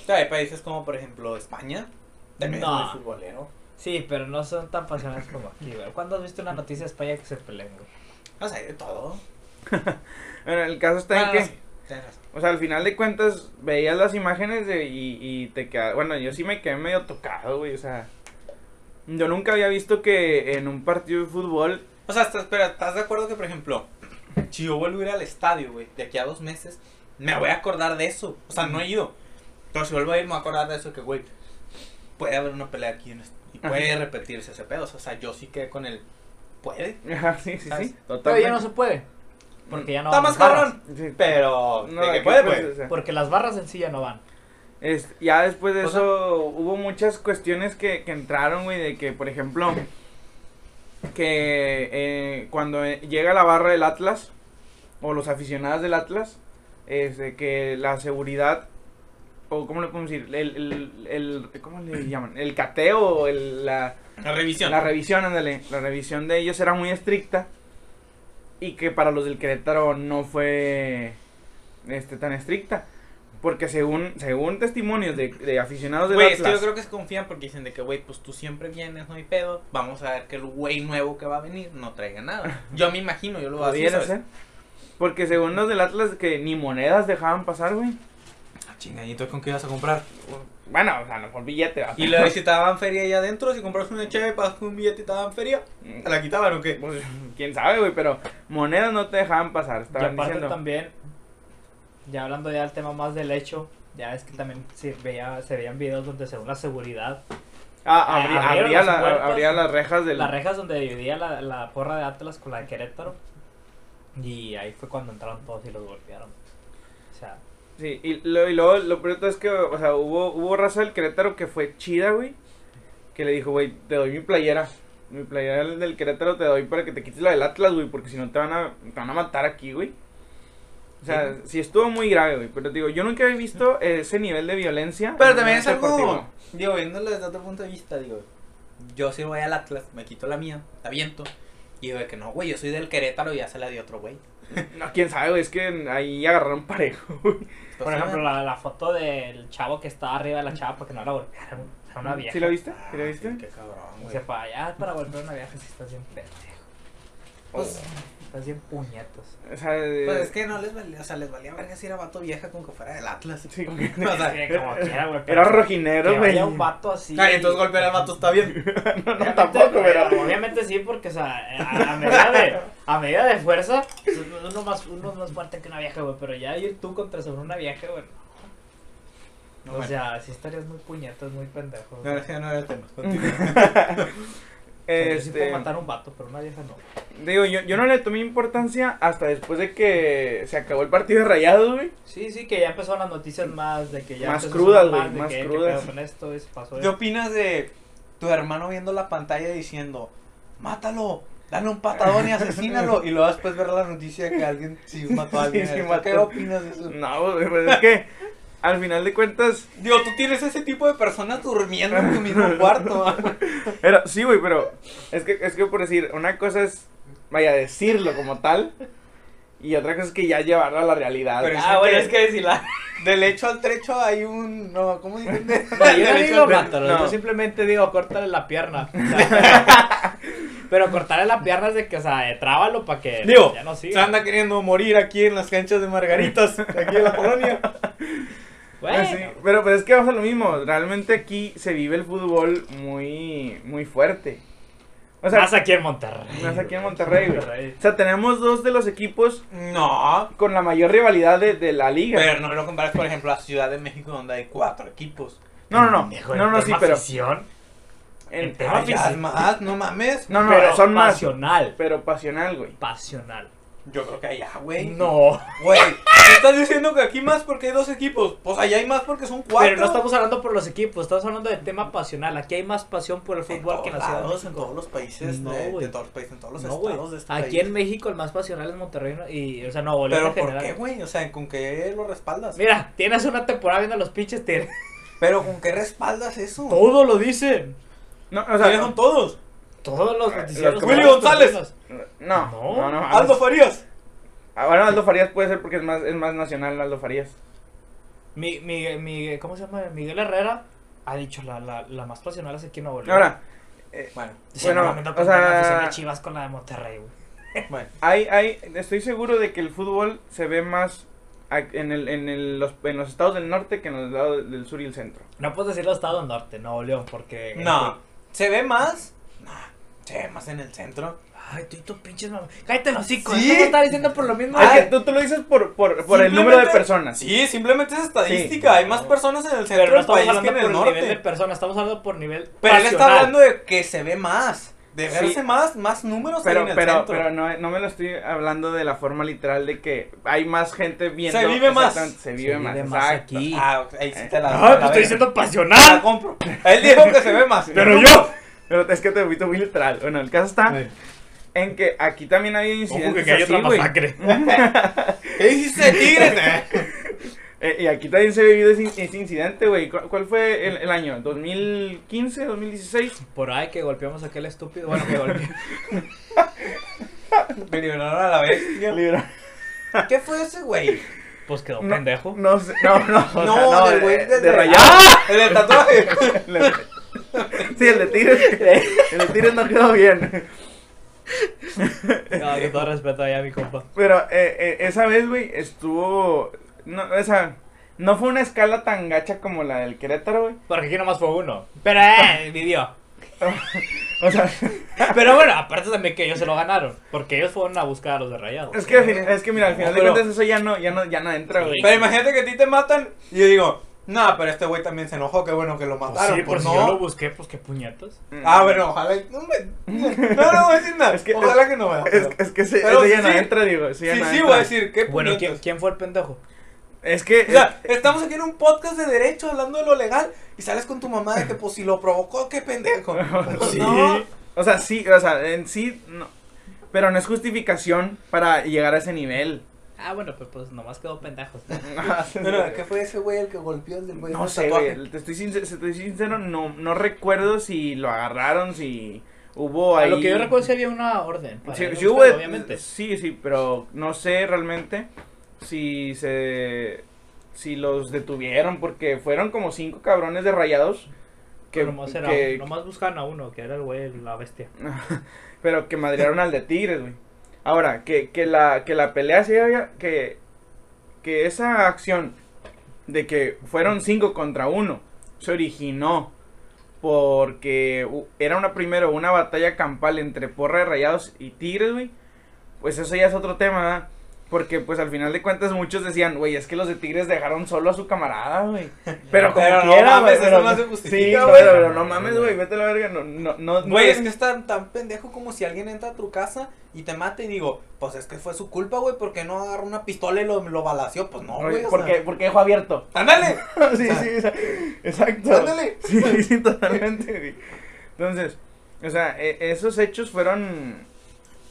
[SPEAKER 2] O sea, hay países como por ejemplo España, también
[SPEAKER 3] No.
[SPEAKER 2] es muy futbolero.
[SPEAKER 3] Sí, pero no son tan pasionales como aquí, güey. ¿Cuándo has visto una noticia de España que se peleen, güey?
[SPEAKER 2] O sea, hay de todo.
[SPEAKER 1] Bueno, el caso está en
[SPEAKER 2] Ah,
[SPEAKER 1] que.
[SPEAKER 2] no, sí, tienes razón.
[SPEAKER 1] O sea, al final de cuentas, veías las imágenes de, y, y te quedas. Bueno, yo sí me quedé medio tocado, güey. O sea, yo nunca había visto que en un partido de fútbol. <laughs>
[SPEAKER 2] O sea, estás, pero ¿estás de acuerdo que, por ejemplo, si yo vuelvo a ir al estadio, güey, de aquí a dos meses, me voy a acordar de eso? O sea, no he ido. Pero si vuelvo a ir, me voy a acordar de eso que, güey, puede haber una pelea aquí en este- y puede repetirse ese pedo. O sea, yo sí quedé con el puede.
[SPEAKER 1] Ajá, ah, sí, sí,
[SPEAKER 2] ¿Sabes?
[SPEAKER 1] sí.
[SPEAKER 3] Pero
[SPEAKER 1] Totalmente.
[SPEAKER 3] ya no se puede. Porque ya no
[SPEAKER 2] Está
[SPEAKER 3] van
[SPEAKER 2] más
[SPEAKER 3] las barras.
[SPEAKER 2] cabrón,
[SPEAKER 1] Sí.
[SPEAKER 2] pero
[SPEAKER 1] No,
[SPEAKER 2] de que
[SPEAKER 1] aquí,
[SPEAKER 2] puede,
[SPEAKER 1] pues,
[SPEAKER 2] güey.
[SPEAKER 1] o sea,
[SPEAKER 3] Porque las barras en sí ya no van.
[SPEAKER 1] es- ya después de
[SPEAKER 2] O sea-
[SPEAKER 1] eso hubo muchas cuestiones que, que entraron, güey, de que, por ejemplo, que eh, cuando eh, llega la barra del Atlas, o los aficionados del Atlas, es de que la seguridad, o cómo le podemos decir, el, el, el- ¿cómo le llaman? El cateo, o el, la,
[SPEAKER 2] La revisión.
[SPEAKER 1] la revisión, ándale, la revisión de ellos era muy estricta y que para los del Querétaro no fue este tan estricta. Porque según según testimonios de, de aficionados del
[SPEAKER 2] Güey, es
[SPEAKER 1] Atlas,
[SPEAKER 2] que yo creo que se confían porque dicen de que, güey, pues tú siempre vienes, no hay pedo. Vamos a ver que el güey nuevo que va a venir no traiga nada. Yo me imagino, yo lo voy a
[SPEAKER 1] pudiera
[SPEAKER 2] decir.
[SPEAKER 1] ser. Porque según los del Atlas que ni monedas dejaban pasar, güey.
[SPEAKER 2] Ah, chingadito, ¿con qué vas a comprar?
[SPEAKER 1] Bueno, o sea, a lo mejor billete. ¿va?
[SPEAKER 2] Y luego si te daban feria ahí adentro, si compras una cheve, pagas un billete y te daban feria, ¿te la quitaban o qué?
[SPEAKER 1] <laughs> Pues, quién sabe, güey, pero monedas no te dejaban pasar.
[SPEAKER 3] Y
[SPEAKER 1] Estaban
[SPEAKER 3] aparte
[SPEAKER 1] diciendo.
[SPEAKER 3] también, ya hablando ya del tema más del hecho, ya es que también se, veía, se veían videos donde según la seguridad,
[SPEAKER 1] Ah, abrí-
[SPEAKER 3] Ah, abrieron
[SPEAKER 1] abría,
[SPEAKER 3] las
[SPEAKER 1] la-
[SPEAKER 3] puertas.
[SPEAKER 1] abría las rejas del.
[SPEAKER 3] las rejas donde dividía la, la porra de Atlas con la de Querétaro. Y ahí fue cuando entraron todos y los golpearon. O sea,
[SPEAKER 1] Sí, y, lo, y luego lo peor de todo es que, o sea, hubo, hubo raza del Querétaro que fue chida, güey. Que le dijo, güey, te doy mi playera. Mi playera del del Querétaro te doy para que te quites la del Atlas, güey, porque si no te van a, te van a matar aquí, güey. O sea, sí. estuvo muy grave, güey. Pero te digo, yo nunca había visto ese nivel de violencia.
[SPEAKER 2] Pero
[SPEAKER 1] en un
[SPEAKER 2] también es
[SPEAKER 1] evento
[SPEAKER 2] algo,
[SPEAKER 1] deportivo.
[SPEAKER 2] digo, viéndolo desde otro punto de vista, digo, yo si voy al Atlas, me quito la mía, la viento, y digo de que no, güey, yo soy del Querétaro y ya se la dio otro güey.
[SPEAKER 1] No, quién sabe, güey, es que ahí agarraron parejo, güey.
[SPEAKER 2] Entonces,
[SPEAKER 3] por ejemplo, la, la foto del chavo que estaba arriba de la chava porque no la golpearon. O sea, una vieja.
[SPEAKER 1] ¿Sí lo viste?
[SPEAKER 2] ah,
[SPEAKER 1] ¿Sí lo viste?
[SPEAKER 2] Qué cabrón,
[SPEAKER 3] O
[SPEAKER 2] güey.
[SPEAKER 3] sea, para allá, para golpear una vieja, si estás bien pendejo.
[SPEAKER 2] Pues,
[SPEAKER 3] Estás bien puñetos.
[SPEAKER 1] O sea, de-
[SPEAKER 2] pues es que no les valía, o sea, les valía verga si era vato vieja con que fuera del Atlas.
[SPEAKER 1] sí, como
[SPEAKER 2] <laughs> O
[SPEAKER 1] que-
[SPEAKER 2] sea,
[SPEAKER 3] Sí, <laughs> como quiera, güey. pero
[SPEAKER 1] era rojinero,
[SPEAKER 3] que
[SPEAKER 1] güey.
[SPEAKER 3] vaya
[SPEAKER 1] <laughs>
[SPEAKER 3] un vato <laughs> así.
[SPEAKER 2] ay, entonces golpear al
[SPEAKER 3] <laughs>
[SPEAKER 2] vato está bien.
[SPEAKER 1] No, no,
[SPEAKER 3] Obviamente,
[SPEAKER 1] tampoco, pero.
[SPEAKER 3] <laughs> Obviamente sí, porque, o sea, a, a medida, de, a medida de fuerza, pues, uno más, uno es más fuerte que una vieja, güey. Pero ya ir tú contra sobre una vieja, güey. no.
[SPEAKER 2] No,
[SPEAKER 3] o
[SPEAKER 2] bueno.
[SPEAKER 3] sea, sí estarías muy puñetas, muy pendejo.
[SPEAKER 2] No,
[SPEAKER 3] güey.
[SPEAKER 2] ese no era el tema. continúa.
[SPEAKER 3] O sea, yo sí
[SPEAKER 1] Este,
[SPEAKER 3] puedo matar a un vato, pero una vieja no.
[SPEAKER 1] Digo, yo, yo no le tomé importancia hasta después de que se acabó el partido de Rayados, güey.
[SPEAKER 3] Sí, sí, que ya empezaron las noticias más de que ya.
[SPEAKER 1] Más
[SPEAKER 3] empezó a
[SPEAKER 1] crudas,
[SPEAKER 3] sonar
[SPEAKER 1] güey,
[SPEAKER 3] de
[SPEAKER 1] más
[SPEAKER 3] que, ¿qué
[SPEAKER 1] crudas.
[SPEAKER 3] pedo con esto, y se pasó
[SPEAKER 2] ¿Qué
[SPEAKER 3] esto.
[SPEAKER 2] opinas de tu hermano viendo la pantalla diciendo, mátalo, dale un <laughs> patadón y asesínalo? Y luego después ver la noticia que alguien sí mató a alguien.
[SPEAKER 1] Sí, sí
[SPEAKER 2] ¿Tú
[SPEAKER 1] mató.
[SPEAKER 2] ¿Qué opinas de eso?
[SPEAKER 1] No, güey, pues es que al final de cuentas,
[SPEAKER 2] Digo, tú tienes ese tipo de personas durmiendo en tu <laughs> mismo cuarto. ¿va?
[SPEAKER 1] era, sí, güey, pero es que, es que por decir, una cosa es, vaya, decirlo como tal, y otra cosa es que ya llevarlo a la realidad.
[SPEAKER 2] Pero
[SPEAKER 3] Ah, bueno, es que si la.
[SPEAKER 2] Del hecho al trecho hay un... No, ¿cómo dicen?
[SPEAKER 3] No,
[SPEAKER 2] <laughs>
[SPEAKER 3] yo no
[SPEAKER 2] Del hecho
[SPEAKER 3] digo
[SPEAKER 2] al tre-
[SPEAKER 3] mátalo,
[SPEAKER 1] no.
[SPEAKER 3] yo simplemente digo córtale la pierna. O sea, pero cortarle la pierna es de que, o sea, eh, trábalo para que
[SPEAKER 2] Digo,
[SPEAKER 3] ya no
[SPEAKER 2] Se
[SPEAKER 3] siga.
[SPEAKER 2] anda queriendo morir aquí en las canchas de <laughs> margaritas, aquí en la colonia.
[SPEAKER 3] Bueno,
[SPEAKER 1] Pues sí, pero, pero es que vamos a lo mismo, realmente aquí se vive el fútbol muy, muy fuerte. O sea,
[SPEAKER 3] más aquí en Monterrey.
[SPEAKER 1] más aquí en Monterrey, güey. O sea, tenemos dos de los equipos
[SPEAKER 2] No,
[SPEAKER 1] con la mayor rivalidad de, de la liga.
[SPEAKER 2] pero no lo comparas, por ejemplo, a Ciudad de México donde hay cuatro equipos.
[SPEAKER 1] no, no,
[SPEAKER 3] Pendejo,
[SPEAKER 1] no,
[SPEAKER 3] en
[SPEAKER 1] no, no, sí,
[SPEAKER 3] tema
[SPEAKER 1] pero...
[SPEAKER 3] afición,
[SPEAKER 1] en-
[SPEAKER 3] en tema
[SPEAKER 2] Ah, ya es
[SPEAKER 3] afición,
[SPEAKER 2] más, no mames.
[SPEAKER 1] No, no,
[SPEAKER 3] pero
[SPEAKER 1] son más.
[SPEAKER 3] pasional,
[SPEAKER 1] Pero pasional, güey.
[SPEAKER 3] pasional.
[SPEAKER 2] Yo creo que allá, güey.
[SPEAKER 3] No,
[SPEAKER 2] Güey, ¿me estás diciendo que aquí más porque hay dos equipos. Pues allá hay más porque son cuatro.
[SPEAKER 3] pero no estamos hablando por los equipos, estamos hablando del tema pasional. Aquí hay más pasión por el
[SPEAKER 2] en
[SPEAKER 3] fútbol
[SPEAKER 2] todos
[SPEAKER 3] que en la ciudad.
[SPEAKER 2] lados, en todos los países,
[SPEAKER 3] No,
[SPEAKER 2] de,
[SPEAKER 3] güey.
[SPEAKER 2] de todos los países, en todos los
[SPEAKER 3] No, güey.
[SPEAKER 2] estados de este
[SPEAKER 3] Aquí
[SPEAKER 2] país.
[SPEAKER 3] en México el más pasional es Monterrey ¿no? y, o sea, no, Bolivia
[SPEAKER 2] Pero
[SPEAKER 3] en
[SPEAKER 2] ¿por
[SPEAKER 3] general.
[SPEAKER 2] qué, güey? O sea, ¿con qué lo respaldas?
[SPEAKER 3] Mira, tienes una temporada viendo los pinches tigres.
[SPEAKER 2] Pero ¿con qué respaldas eso?
[SPEAKER 3] Todo lo dicen.
[SPEAKER 1] No, o
[SPEAKER 2] ¿Quiénes
[SPEAKER 1] sea,
[SPEAKER 2] son todos?
[SPEAKER 3] Todos los
[SPEAKER 1] los
[SPEAKER 3] noticieros.
[SPEAKER 1] Willy
[SPEAKER 3] todos los
[SPEAKER 2] González.
[SPEAKER 3] noticieros.
[SPEAKER 1] no,
[SPEAKER 3] No.
[SPEAKER 1] no, no,
[SPEAKER 2] Aldo Farías.
[SPEAKER 1] Ahora Aldo Farías puede ser porque es más, es más nacional Aldo Farías.
[SPEAKER 3] Mi, mi, mi- ¿Cómo se llama? Miguel Herrera ha dicho la, la, la más pasional es aquí en Nuevo León.
[SPEAKER 1] Ahora,
[SPEAKER 2] Bueno,
[SPEAKER 1] bueno,
[SPEAKER 3] Seguramente
[SPEAKER 1] o
[SPEAKER 3] comparan pues la
[SPEAKER 1] sea-
[SPEAKER 3] afición de Chivas con la de Monterrey, güey.
[SPEAKER 2] bueno.
[SPEAKER 1] hay, hay, estoy seguro de que el fútbol se ve más a- en, el, en, el- los, en los estados del norte que en los lados del sur y el centro.
[SPEAKER 3] No puedes decirlo Estado Norte, Nuevo León, porque.
[SPEAKER 2] No. ¿Se ve más? No. ¿Se ve más en el centro?
[SPEAKER 3] Ay, tú y tus pinches mamá. Cállate los hocico.
[SPEAKER 2] Sí.
[SPEAKER 3] ¿Sí? Esto está diciendo por lo mismo.
[SPEAKER 1] Ah,
[SPEAKER 2] Ay,
[SPEAKER 1] que tú, tú lo dices por, por, por el número de
[SPEAKER 2] Simplemente-
[SPEAKER 1] personas.
[SPEAKER 2] Sí, simplemente es estadística. Hay más personas en el
[SPEAKER 3] pero
[SPEAKER 2] centro
[SPEAKER 3] Ah, no
[SPEAKER 2] del
[SPEAKER 3] estamos
[SPEAKER 2] país que
[SPEAKER 3] hablando
[SPEAKER 2] en
[SPEAKER 3] por
[SPEAKER 2] el norte.
[SPEAKER 3] nivel de persona, estamos hablando por nivel.
[SPEAKER 2] Pero él está
[SPEAKER 3] pasional.
[SPEAKER 2] hablando de que se ve más. De
[SPEAKER 1] Sí.
[SPEAKER 2] verse más, más números
[SPEAKER 1] Pero,
[SPEAKER 2] ahí en el
[SPEAKER 1] pero,
[SPEAKER 2] centro.
[SPEAKER 1] pero no, no me lo estoy hablando de la forma literal de que hay más gente viendo.
[SPEAKER 2] Se vive más.
[SPEAKER 1] exactamente, Se vive más. exacto. Ah,
[SPEAKER 3] aquí.
[SPEAKER 2] Ah, ok, ahí sí te la,
[SPEAKER 3] Ah,
[SPEAKER 2] te
[SPEAKER 3] te
[SPEAKER 2] la
[SPEAKER 3] estoy
[SPEAKER 2] veo.
[SPEAKER 3] diciendo
[SPEAKER 2] Te la
[SPEAKER 3] pasional.
[SPEAKER 2] compro. Él dijo que se ve más.
[SPEAKER 3] <laughs> Pero yo.
[SPEAKER 1] Pero es que te fuiste muy literal. Bueno, el caso está en que aquí también ha habido
[SPEAKER 3] Ojo
[SPEAKER 1] incidentes
[SPEAKER 3] que, que hay
[SPEAKER 1] así,
[SPEAKER 3] otra
[SPEAKER 1] güey.
[SPEAKER 3] masacre.
[SPEAKER 2] ¿Qué dijiste, Tigres? <laughs> eh?
[SPEAKER 1] <laughs> Eh, y aquí también se ha vivido ese, ese incidente, güey. ¿Cu- ¿Cuál fue el, el año? ¿2015? ¿2016?
[SPEAKER 3] Por ahí que golpeamos a aquel estúpido. Bueno, que <laughs> golpeamos.
[SPEAKER 2] Me liberaron a la bestia.
[SPEAKER 1] Libra.
[SPEAKER 2] ¿Qué fue ese güey?
[SPEAKER 3] Pues quedó
[SPEAKER 1] No,
[SPEAKER 3] pendejo. <laughs>
[SPEAKER 1] No, sé, no, no. o sea,
[SPEAKER 2] No, del güey
[SPEAKER 1] de,
[SPEAKER 2] del-
[SPEAKER 1] de Rayados.
[SPEAKER 2] ¡Ah! <laughs> El del tatuaje.
[SPEAKER 1] <laughs> Le- Sí, el de
[SPEAKER 2] <laughs>
[SPEAKER 1] Tigres. El de Tigres no quedó bien.
[SPEAKER 3] No, con Ah, todo respeto ahí a mi compa.
[SPEAKER 1] Pero eh, eh, esa vez, güey, estuvo. No, esa. No fue una escala tan gacha como la del Querétaro, güey.
[SPEAKER 3] Porque aquí nomás fue uno. Pero, <laughs> eh, vivió.
[SPEAKER 1] O sea,
[SPEAKER 3] Pero bueno, aparte también que ellos se lo ganaron. Porque ellos fueron a buscar a los de rayados.
[SPEAKER 1] es que, al fin- es que mira, al final de
[SPEAKER 2] Pero-
[SPEAKER 1] cuentas eso ya no, ya no, ya no entra, güey.
[SPEAKER 2] Pero imagínate que a ti te matan y yo digo, no, pero este güey también se enojó, qué bueno que lo
[SPEAKER 3] Pues
[SPEAKER 2] mataron.
[SPEAKER 3] sí, por
[SPEAKER 2] pues
[SPEAKER 3] si yo
[SPEAKER 2] no.
[SPEAKER 3] lo busqué, pues qué puñetas.
[SPEAKER 2] Ah, bueno, ojalá. No, me- no, no voy a decir nada.
[SPEAKER 1] Es que-
[SPEAKER 2] ojalá que no vea.
[SPEAKER 1] Es, es que ese-
[SPEAKER 2] Pero
[SPEAKER 1] ese ya
[SPEAKER 2] sí,
[SPEAKER 1] no
[SPEAKER 2] sí.
[SPEAKER 1] entra, digo. ese ya
[SPEAKER 2] sí,
[SPEAKER 1] no
[SPEAKER 2] sí,
[SPEAKER 1] entra.
[SPEAKER 2] voy a decir, qué
[SPEAKER 3] Bueno,
[SPEAKER 2] puñetas.
[SPEAKER 3] ¿quién, quién fue el pendejo?
[SPEAKER 1] Es que.
[SPEAKER 2] <laughs>
[SPEAKER 1] eh,
[SPEAKER 2] O sea, estamos aquí en un podcast de derecho hablando de lo legal y sales con tu mamá de que, pues, si lo provocó,
[SPEAKER 1] <laughs>
[SPEAKER 2] qué pendejo. Pues,
[SPEAKER 3] Sí.
[SPEAKER 2] No,
[SPEAKER 1] O sea, sí, o sea, en sí, no. Pero no es justificación para llegar a ese <laughs> nivel.
[SPEAKER 3] Ah, bueno, pues, pues nomás quedó pendejos.
[SPEAKER 2] no, no, ¿qué fue ese güey el que golpeó el del güey?
[SPEAKER 1] No
[SPEAKER 2] con
[SPEAKER 1] sé,
[SPEAKER 2] tatuaje?
[SPEAKER 1] güey, te estoy sincero, estoy sincero no, no recuerdo si lo agarraron, si hubo
[SPEAKER 3] A
[SPEAKER 1] ahí...
[SPEAKER 3] lo que yo recuerdo sí había una orden. para
[SPEAKER 1] si,
[SPEAKER 3] ir a
[SPEAKER 1] si hubo...
[SPEAKER 3] buscarlo, obviamente.
[SPEAKER 1] Sí, sí, pero no sé realmente si se... Si los detuvieron, porque fueron como cinco cabrones de rayados que...
[SPEAKER 3] Que, nomás, era,
[SPEAKER 1] que-
[SPEAKER 3] nomás buscaban a uno, que era el güey, la bestia.
[SPEAKER 1] <laughs> Pero que madrearon al de Tigres, güey. Ahora, que, que, la, que la pelea se haya. Que, que esa acción de que fueron cinco contra uno se originó porque u- era una primero una batalla campal entre Porra de Rayados y Tigres, güey. Pues eso ya es otro tema, ¿verdad? Porque pues al final de cuentas muchos decían, güey, es que los de Tigres dejaron solo a su camarada,
[SPEAKER 2] <laughs>
[SPEAKER 1] güey. Pero como
[SPEAKER 2] Pero no
[SPEAKER 1] quiera,
[SPEAKER 2] mames,
[SPEAKER 1] güey,
[SPEAKER 2] eso
[SPEAKER 1] pero-
[SPEAKER 2] no se
[SPEAKER 1] Sí,
[SPEAKER 2] justifica,
[SPEAKER 1] no,
[SPEAKER 2] güey.
[SPEAKER 1] pero, pero no mames, güey, vete a la verga, no, no, no. no
[SPEAKER 2] Güey,
[SPEAKER 1] es-
[SPEAKER 2] es que es tan, tan pendejo como si alguien entra a tu casa y te mata y digo, pues es que fue su culpa, güey, porque no agarró una pistola y lo, lo balació. Pues no, güey. o
[SPEAKER 1] porque,
[SPEAKER 2] sea,
[SPEAKER 1] porque dejó abierto.
[SPEAKER 2] ¡Ándale!
[SPEAKER 1] <laughs> sí,
[SPEAKER 2] sea,
[SPEAKER 1] sí, o sea, exacto.
[SPEAKER 2] ¡Ándale!
[SPEAKER 1] Sí, sí, totalmente. güey. Entonces, o sea, e- esos hechos fueron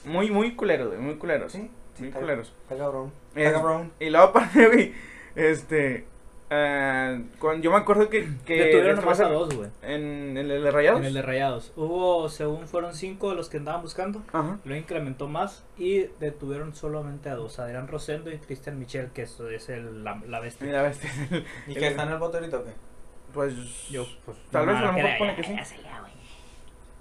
[SPEAKER 1] muy, muy culeros, güey, muy culeros.
[SPEAKER 2] Sí,
[SPEAKER 1] muy
[SPEAKER 2] está-
[SPEAKER 1] culeros.
[SPEAKER 2] Está cabrón.
[SPEAKER 1] Es-
[SPEAKER 2] Está cabrón.
[SPEAKER 1] Y luego <laughs> aparte, güey, este, ah, cuando yo me acuerdo que, que
[SPEAKER 3] Detuvieron
[SPEAKER 1] después
[SPEAKER 3] nomás a
[SPEAKER 1] en-
[SPEAKER 3] dos, güey.
[SPEAKER 1] en el de Rayados.
[SPEAKER 3] En el de rayados. Hubo, según fueron cinco los que andaban buscando.
[SPEAKER 1] Ajá.
[SPEAKER 3] Lo incrementó más y detuvieron solamente a dos, Adrián Rosendo y Cristian Michel, que eso es el, la, la bestia.
[SPEAKER 1] Mira, este,
[SPEAKER 2] ¿Y que está en el bote ahorita o qué?
[SPEAKER 1] pues,
[SPEAKER 3] Yo, pues,
[SPEAKER 1] tal
[SPEAKER 3] no,
[SPEAKER 1] vez a lo
[SPEAKER 3] no,
[SPEAKER 1] mejor
[SPEAKER 3] ya-
[SPEAKER 1] pone
[SPEAKER 3] ya-
[SPEAKER 1] que sí.
[SPEAKER 3] ya se lea, güey.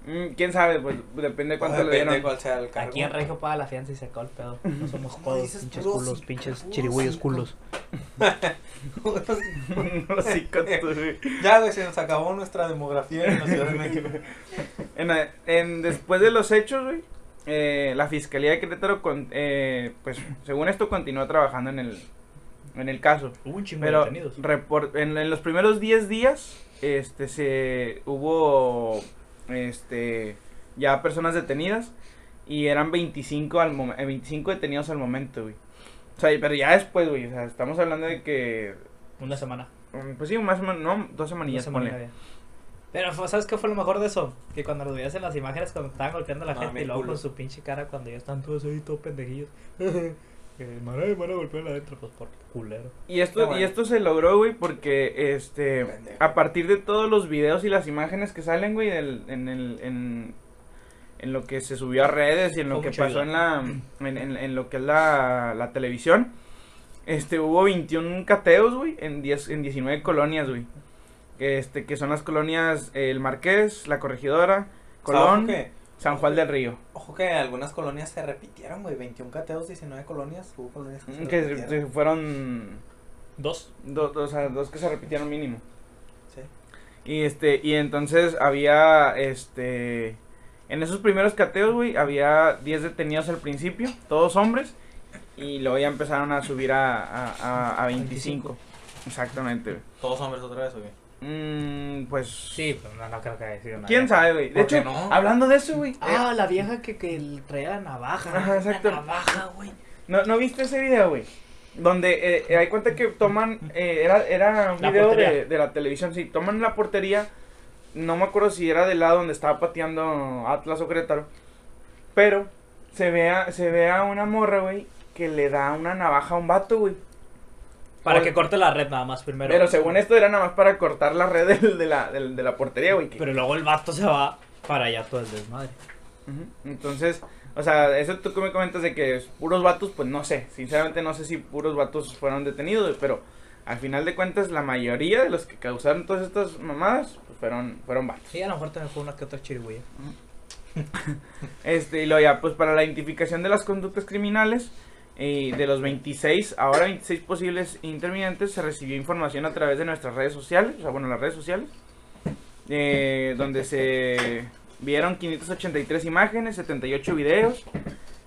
[SPEAKER 1] Mm, quién sabe, pues, depende de cuánto
[SPEAKER 2] Pues
[SPEAKER 1] le
[SPEAKER 2] depende
[SPEAKER 1] dieron.
[SPEAKER 2] cuál sea el cargo.
[SPEAKER 3] Aquí en Regio paga la fianza y se acabó el pedo. No somos
[SPEAKER 2] ¿Cómo
[SPEAKER 3] codos,
[SPEAKER 2] dices
[SPEAKER 3] pinches
[SPEAKER 2] puro
[SPEAKER 3] culos,
[SPEAKER 2] cinco,
[SPEAKER 3] pinches
[SPEAKER 2] puro
[SPEAKER 3] chirigüeyos
[SPEAKER 2] cinco?
[SPEAKER 3] culos.
[SPEAKER 1] <laughs> No sé cuánto, güey.
[SPEAKER 2] <laughs> ya, güey, se nos acabó nuestra demografía en la Ciudad de México.
[SPEAKER 1] En, la- en- después de los hechos, güey, eh, la Fiscalía de Querétaro, con- eh, pues, según esto, continuó trabajando en el, en el caso.
[SPEAKER 3] Hubo un chingo de
[SPEAKER 1] Pero
[SPEAKER 3] detenidos.
[SPEAKER 1] repor- en, en los primeros 10 días, este, se hubo, este, ya personas detenidas y eran 25, al momen- eh, 25 detenidos al momento, güey. O sea, pero ya después, güey, o sea, estamos hablando de que,
[SPEAKER 3] Una semana.
[SPEAKER 1] mm, pues sí, más o menos, no, dos
[SPEAKER 3] una
[SPEAKER 1] semanillas,
[SPEAKER 3] semana y
[SPEAKER 1] ponle.
[SPEAKER 3] media. Pero, fue- ¿sabes qué fue lo mejor de eso? Que cuando los veías en las imágenes, cuando estaban golpeando a la
[SPEAKER 2] No,
[SPEAKER 3] gente,
[SPEAKER 2] mi
[SPEAKER 3] y luego
[SPEAKER 2] culo.
[SPEAKER 3] con su pinche cara, cuando ya están todos ahí, todos pendejillos. <laughs> Que, Mara, mara, golpean adentro, pues por culero.
[SPEAKER 1] Y esto,
[SPEAKER 2] Está bueno.
[SPEAKER 1] y esto se logró, güey, porque este
[SPEAKER 2] Pendejo.
[SPEAKER 1] a partir de todos los videos y las imágenes que salen, güey, del- en el en, en lo que se subió a redes y en lo
[SPEAKER 3] Fue
[SPEAKER 1] que
[SPEAKER 3] mucha
[SPEAKER 1] pasó en
[SPEAKER 3] ayuda.
[SPEAKER 1] la en, en- en lo que es la, la televisión, este hubo 21 cateos, güey, en 10 en 19 colonias, güey. Que, Este que son las colonias eh, El Marqués, La Corregidora,
[SPEAKER 2] Ojo
[SPEAKER 1] Colón,
[SPEAKER 2] que,
[SPEAKER 1] San Juan del Río.
[SPEAKER 2] ojo que algunas colonias se repitieron, güey. 21 cateos, 19 colonias. Hubo colonias que se
[SPEAKER 1] Mm, Que se-
[SPEAKER 2] repitieron.
[SPEAKER 1] se fueron
[SPEAKER 3] Dos.
[SPEAKER 1] dos, dos, o sea, dos que se repitieron mínimo.
[SPEAKER 2] Sí.
[SPEAKER 1] Y este, y entonces había este en esos primeros cateos, güey, había 10 detenidos al principio, todos hombres, y luego ya empezaron a subir a, a, a- a 25. Exactamente, güey.
[SPEAKER 2] Todos hombres otra vez, güey.
[SPEAKER 1] Mm, pues
[SPEAKER 3] Sí, pero no, no creo que haya sido nada.
[SPEAKER 1] ¿Quién sabe, güey? De
[SPEAKER 2] ¿Por qué
[SPEAKER 1] hecho,
[SPEAKER 2] no?
[SPEAKER 1] hablando de eso, güey, eh,
[SPEAKER 3] Ah, la vieja que, que el- traía la navaja.
[SPEAKER 1] Ajá, exacto.
[SPEAKER 3] La navaja, güey.
[SPEAKER 1] ¿no, no viste ese video, güey? Donde eh, eh, hay cuenta que toman eh, era era un
[SPEAKER 3] La
[SPEAKER 1] video de,
[SPEAKER 3] portería.
[SPEAKER 1] de la televisión, sí, toman la portería no me acuerdo si era del lado donde estaba pateando Atlas o Querétaro, pero se ve a, se ve a una morra, güey, que le da una navaja a un vato, güey.
[SPEAKER 3] Para
[SPEAKER 1] Ol-
[SPEAKER 3] que corte la red nada más primero.
[SPEAKER 1] Pero, según esto era nada más para cortar la red del- de, la, del- de la portería, güey. que-
[SPEAKER 3] Pero luego el vato se va para allá todo el desmadre.
[SPEAKER 1] Ujú. Entonces, o sea, eso tú que me comentas de que es puros vatos, pues no sé. Sinceramente no sé si puros vatos fueron detenidos, güey, pero al final de cuentas la mayoría de los que causaron todas estas mamadas pues, fueron, fueron vatos.
[SPEAKER 3] Sí, a lo mejor también fue una que otra chirigüeya.
[SPEAKER 1] Este, y luego ya, pues para la identificación de las conductas criminales, Y de los 26, ahora 26 posibles intervinientes, se recibió información a través de nuestras redes sociales, o sea, bueno, las redes sociales, eh, donde se vieron 583 imágenes, 78 videos,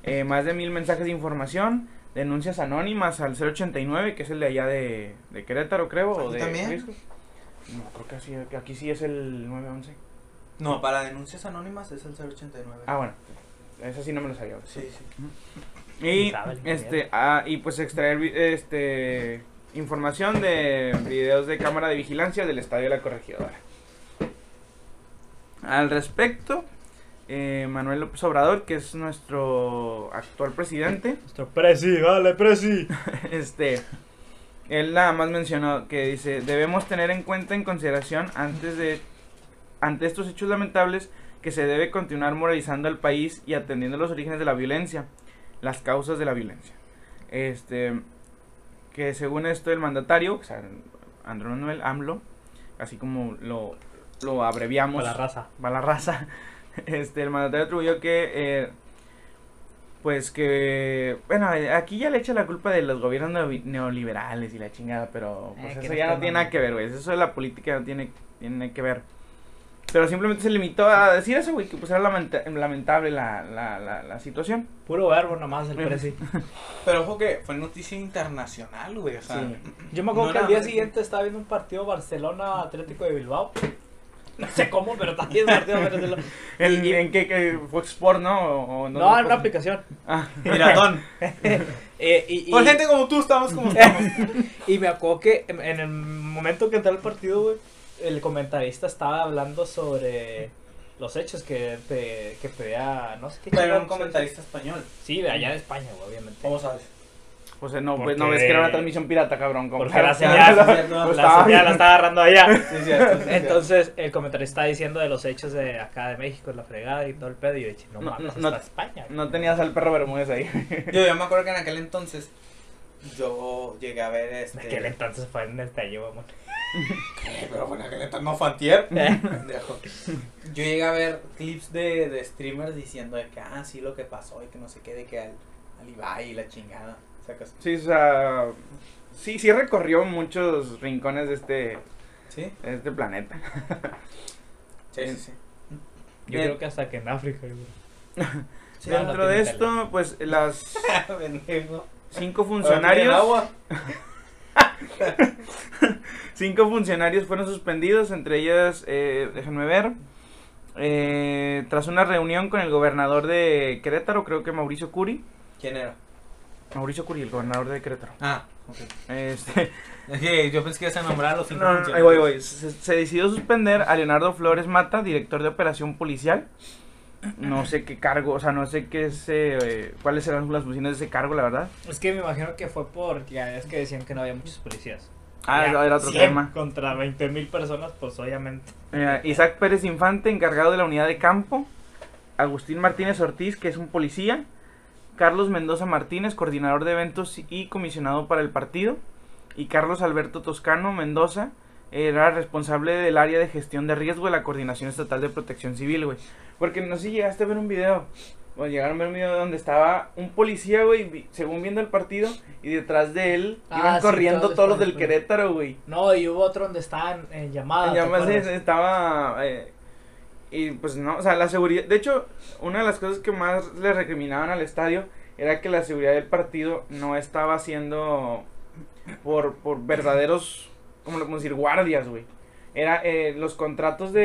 [SPEAKER 1] eh, más de mil mensajes de información, denuncias anónimas al 089, que es el de allá de, de Querétaro, creo. o
[SPEAKER 2] ¿Aquí
[SPEAKER 1] de
[SPEAKER 2] también?
[SPEAKER 1] Jalisco. No, creo que así- que aquí sí es el 911.
[SPEAKER 2] No, para denuncias anónimas es el 089.
[SPEAKER 1] Ah, bueno, eso sí no me lo sabía.
[SPEAKER 2] Sí, sí.
[SPEAKER 1] Y,
[SPEAKER 3] Ni sabe el
[SPEAKER 1] este,
[SPEAKER 3] ingeniero.
[SPEAKER 1] ah, y pues extraer vi- este, información de videos de cámara de vigilancia del estadio de la corregidora. Al respecto, eh, Manuel López Obrador, que es nuestro actual presidente,
[SPEAKER 3] Nuestro Prezi, vale, Prezi.
[SPEAKER 1] <laughs> este, él nada más mencionó que dice, debemos tener en cuenta en consideración antes de, ante estos hechos lamentables, que se debe continuar moralizando al país y atendiendo los orígenes de la violencia, las causas de la violencia. Este, que según esto el mandatario, o sea, Andrés Manuel AMLO, así como lo, lo abreviamos
[SPEAKER 3] Para la raza.
[SPEAKER 1] va la raza. <laughs> Este, el mandatario atribuyó que, eh, pues que, bueno, aquí ya le echa la culpa de los gobiernos neo- neoliberales y la chingada, pero pues
[SPEAKER 2] Eh, que
[SPEAKER 1] eso
[SPEAKER 2] no
[SPEAKER 1] ya
[SPEAKER 2] está
[SPEAKER 1] no tiene
[SPEAKER 2] mal.
[SPEAKER 1] nada que ver, güey. Eso de la política no tiene, tiene que ver. Pero simplemente se limitó a decir eso, güey, que pues era lamenta- lamentable la, la, la, la situación.
[SPEAKER 3] Puro verbo nomás el
[SPEAKER 1] Mm.
[SPEAKER 3] Prezi.
[SPEAKER 2] Pero ojo que fue noticia internacional, güey. O sea,
[SPEAKER 1] Sí.
[SPEAKER 3] Yo me acuerdo
[SPEAKER 2] No,
[SPEAKER 3] que al
[SPEAKER 2] nada
[SPEAKER 3] día
[SPEAKER 2] más aquí.
[SPEAKER 3] siguiente estaba viendo un partido Barcelona-Atlético de Bilbao. <laughs> No sé cómo, pero estaba viendo un partido de Barcelona.
[SPEAKER 1] ¿En, en qué, qué fue Sport, <laughs> no? O- o en
[SPEAKER 3] No,
[SPEAKER 1] dónde
[SPEAKER 3] en
[SPEAKER 1] fue?
[SPEAKER 3] una aplicación.
[SPEAKER 1] Ah, <laughs>
[SPEAKER 2] <laughs> <laughs> Piratón.
[SPEAKER 3] Eh, y, y-
[SPEAKER 2] Con gente como tú estamos <laughs> como estamos.
[SPEAKER 3] <laughs> y me acuerdo que en, en el momento que entré al partido, güey, el comentarista estaba hablando sobre los hechos que, pe- que pedía, no sé qué.
[SPEAKER 2] Pero
[SPEAKER 3] chingados,
[SPEAKER 2] un comentarista español.
[SPEAKER 3] Sí, de allá de España, güey, obviamente.
[SPEAKER 1] Oh,
[SPEAKER 2] ¿Cómo sabes?
[SPEAKER 1] pues eh, no,
[SPEAKER 3] ¿Por
[SPEAKER 1] pues no
[SPEAKER 3] qué?
[SPEAKER 1] ves que era una transmisión pirata, cabrón. como-
[SPEAKER 3] Porque la
[SPEAKER 2] Ah,
[SPEAKER 3] señal,
[SPEAKER 2] sí,
[SPEAKER 3] la,
[SPEAKER 2] cierto, no,
[SPEAKER 1] Pues
[SPEAKER 2] la-
[SPEAKER 1] estaba-
[SPEAKER 3] señal la está
[SPEAKER 1] <laughs>
[SPEAKER 3] agarrando allá.
[SPEAKER 2] Sí, cierto, sí, cierto.
[SPEAKER 3] Entonces, el comentarista está diciendo de los hechos de acá de México, la fregada y todo el pedo. Y yo dije, no,
[SPEAKER 1] No,
[SPEAKER 3] mames,
[SPEAKER 1] no,
[SPEAKER 3] está
[SPEAKER 1] no-
[SPEAKER 3] España. güey.
[SPEAKER 1] <laughs> No tenías al perro Bermúdez ahí.
[SPEAKER 2] <laughs> Yo, yo me acuerdo que en aquel entonces yo llegué a ver este.
[SPEAKER 3] En aquel entonces fue en el tallo, vamos.
[SPEAKER 2] Eh, Pero fue en aquel entonces no fue antier.
[SPEAKER 1] Eh,
[SPEAKER 2] <laughs> Pendejo. Yo llegué a ver clips de, de streamers diciendo de que, ah, sí, lo que pasó y que no sé qué, de que al, al Ibai y la chingada. ¿Sacas?
[SPEAKER 1] Sí, o sea, sí, sí recorrió muchos rincones de este,
[SPEAKER 2] ¿Sí?
[SPEAKER 1] de este planeta.
[SPEAKER 2] Sí, sí,
[SPEAKER 1] Bien.
[SPEAKER 2] sí. <laughs>
[SPEAKER 3] Yo
[SPEAKER 1] Bien.
[SPEAKER 3] creo que hasta que en África,
[SPEAKER 1] <laughs>
[SPEAKER 3] güey.
[SPEAKER 2] Sí,
[SPEAKER 3] Dentro
[SPEAKER 1] Dentro
[SPEAKER 3] no
[SPEAKER 1] eh. de
[SPEAKER 3] tiene
[SPEAKER 1] esto, pues las
[SPEAKER 2] Ah, Pendejo.
[SPEAKER 1] cinco
[SPEAKER 2] ¿Tienen
[SPEAKER 1] funcionarios,
[SPEAKER 2] agua?
[SPEAKER 1] cinco funcionarios fueron suspendidos, entre ellas, eh, déjenme ver, eh, tras una reunión con el gobernador de Querétaro, creo que Mauricio Curi,
[SPEAKER 2] ¿Quién era?
[SPEAKER 1] Mauricio Curi, el gobernador de Querétaro.
[SPEAKER 2] Ah, ok.
[SPEAKER 1] Este,
[SPEAKER 2] Es que yo pensé que ibas a nombrar a los cinco
[SPEAKER 1] no, no,
[SPEAKER 2] funcionarios.
[SPEAKER 1] ahí voy, voy. Se, se decidió suspender a Leonardo Flores Mata, director de operación policial. No sé qué cargo, o sea, no sé qué es, eh, cuáles serán las funciones de ese cargo, la verdad.
[SPEAKER 3] Es que me imagino que fue porque es que decían que no había muchos policías.
[SPEAKER 1] Ah,
[SPEAKER 3] Ya,
[SPEAKER 1] era otro
[SPEAKER 3] 100
[SPEAKER 1] tema.
[SPEAKER 3] Contra 20 mil personas, pues obviamente.
[SPEAKER 1] Eh, Isaac Pérez Infante, encargado de la unidad de campo. Agustín Martínez Ortiz, que es un policía. Carlos Mendoza Martínez, coordinador de eventos y comisionado para el partido. Y Carlos Alberto Toscano Mendoza era responsable del área de gestión de riesgo de la Coordinación Estatal de Protección Civil, güey. Porque no sé si llegaste a ver un video. Bueno, llegaron a ver un video donde estaba un policía, güey, vi- según viendo el partido, y detrás de él
[SPEAKER 3] Ah,
[SPEAKER 1] iban
[SPEAKER 3] sí,
[SPEAKER 1] corriendo
[SPEAKER 3] todos
[SPEAKER 1] todos los del
[SPEAKER 3] estaban-
[SPEAKER 1] Querétaro, güey.
[SPEAKER 3] No, y hubo otro donde estaban en llamada.
[SPEAKER 1] Ya
[SPEAKER 3] Ah, ¿te
[SPEAKER 1] más
[SPEAKER 3] acuerdas?
[SPEAKER 1] es- estaba. eh, y pues no, o sea, la seguridad. De hecho, una de las cosas que más le recriminaban al estadio era que la seguridad del partido no estaba siendo por, por verdaderos, como lo podemos decir, guardias, güey. Era eh, los contratos de.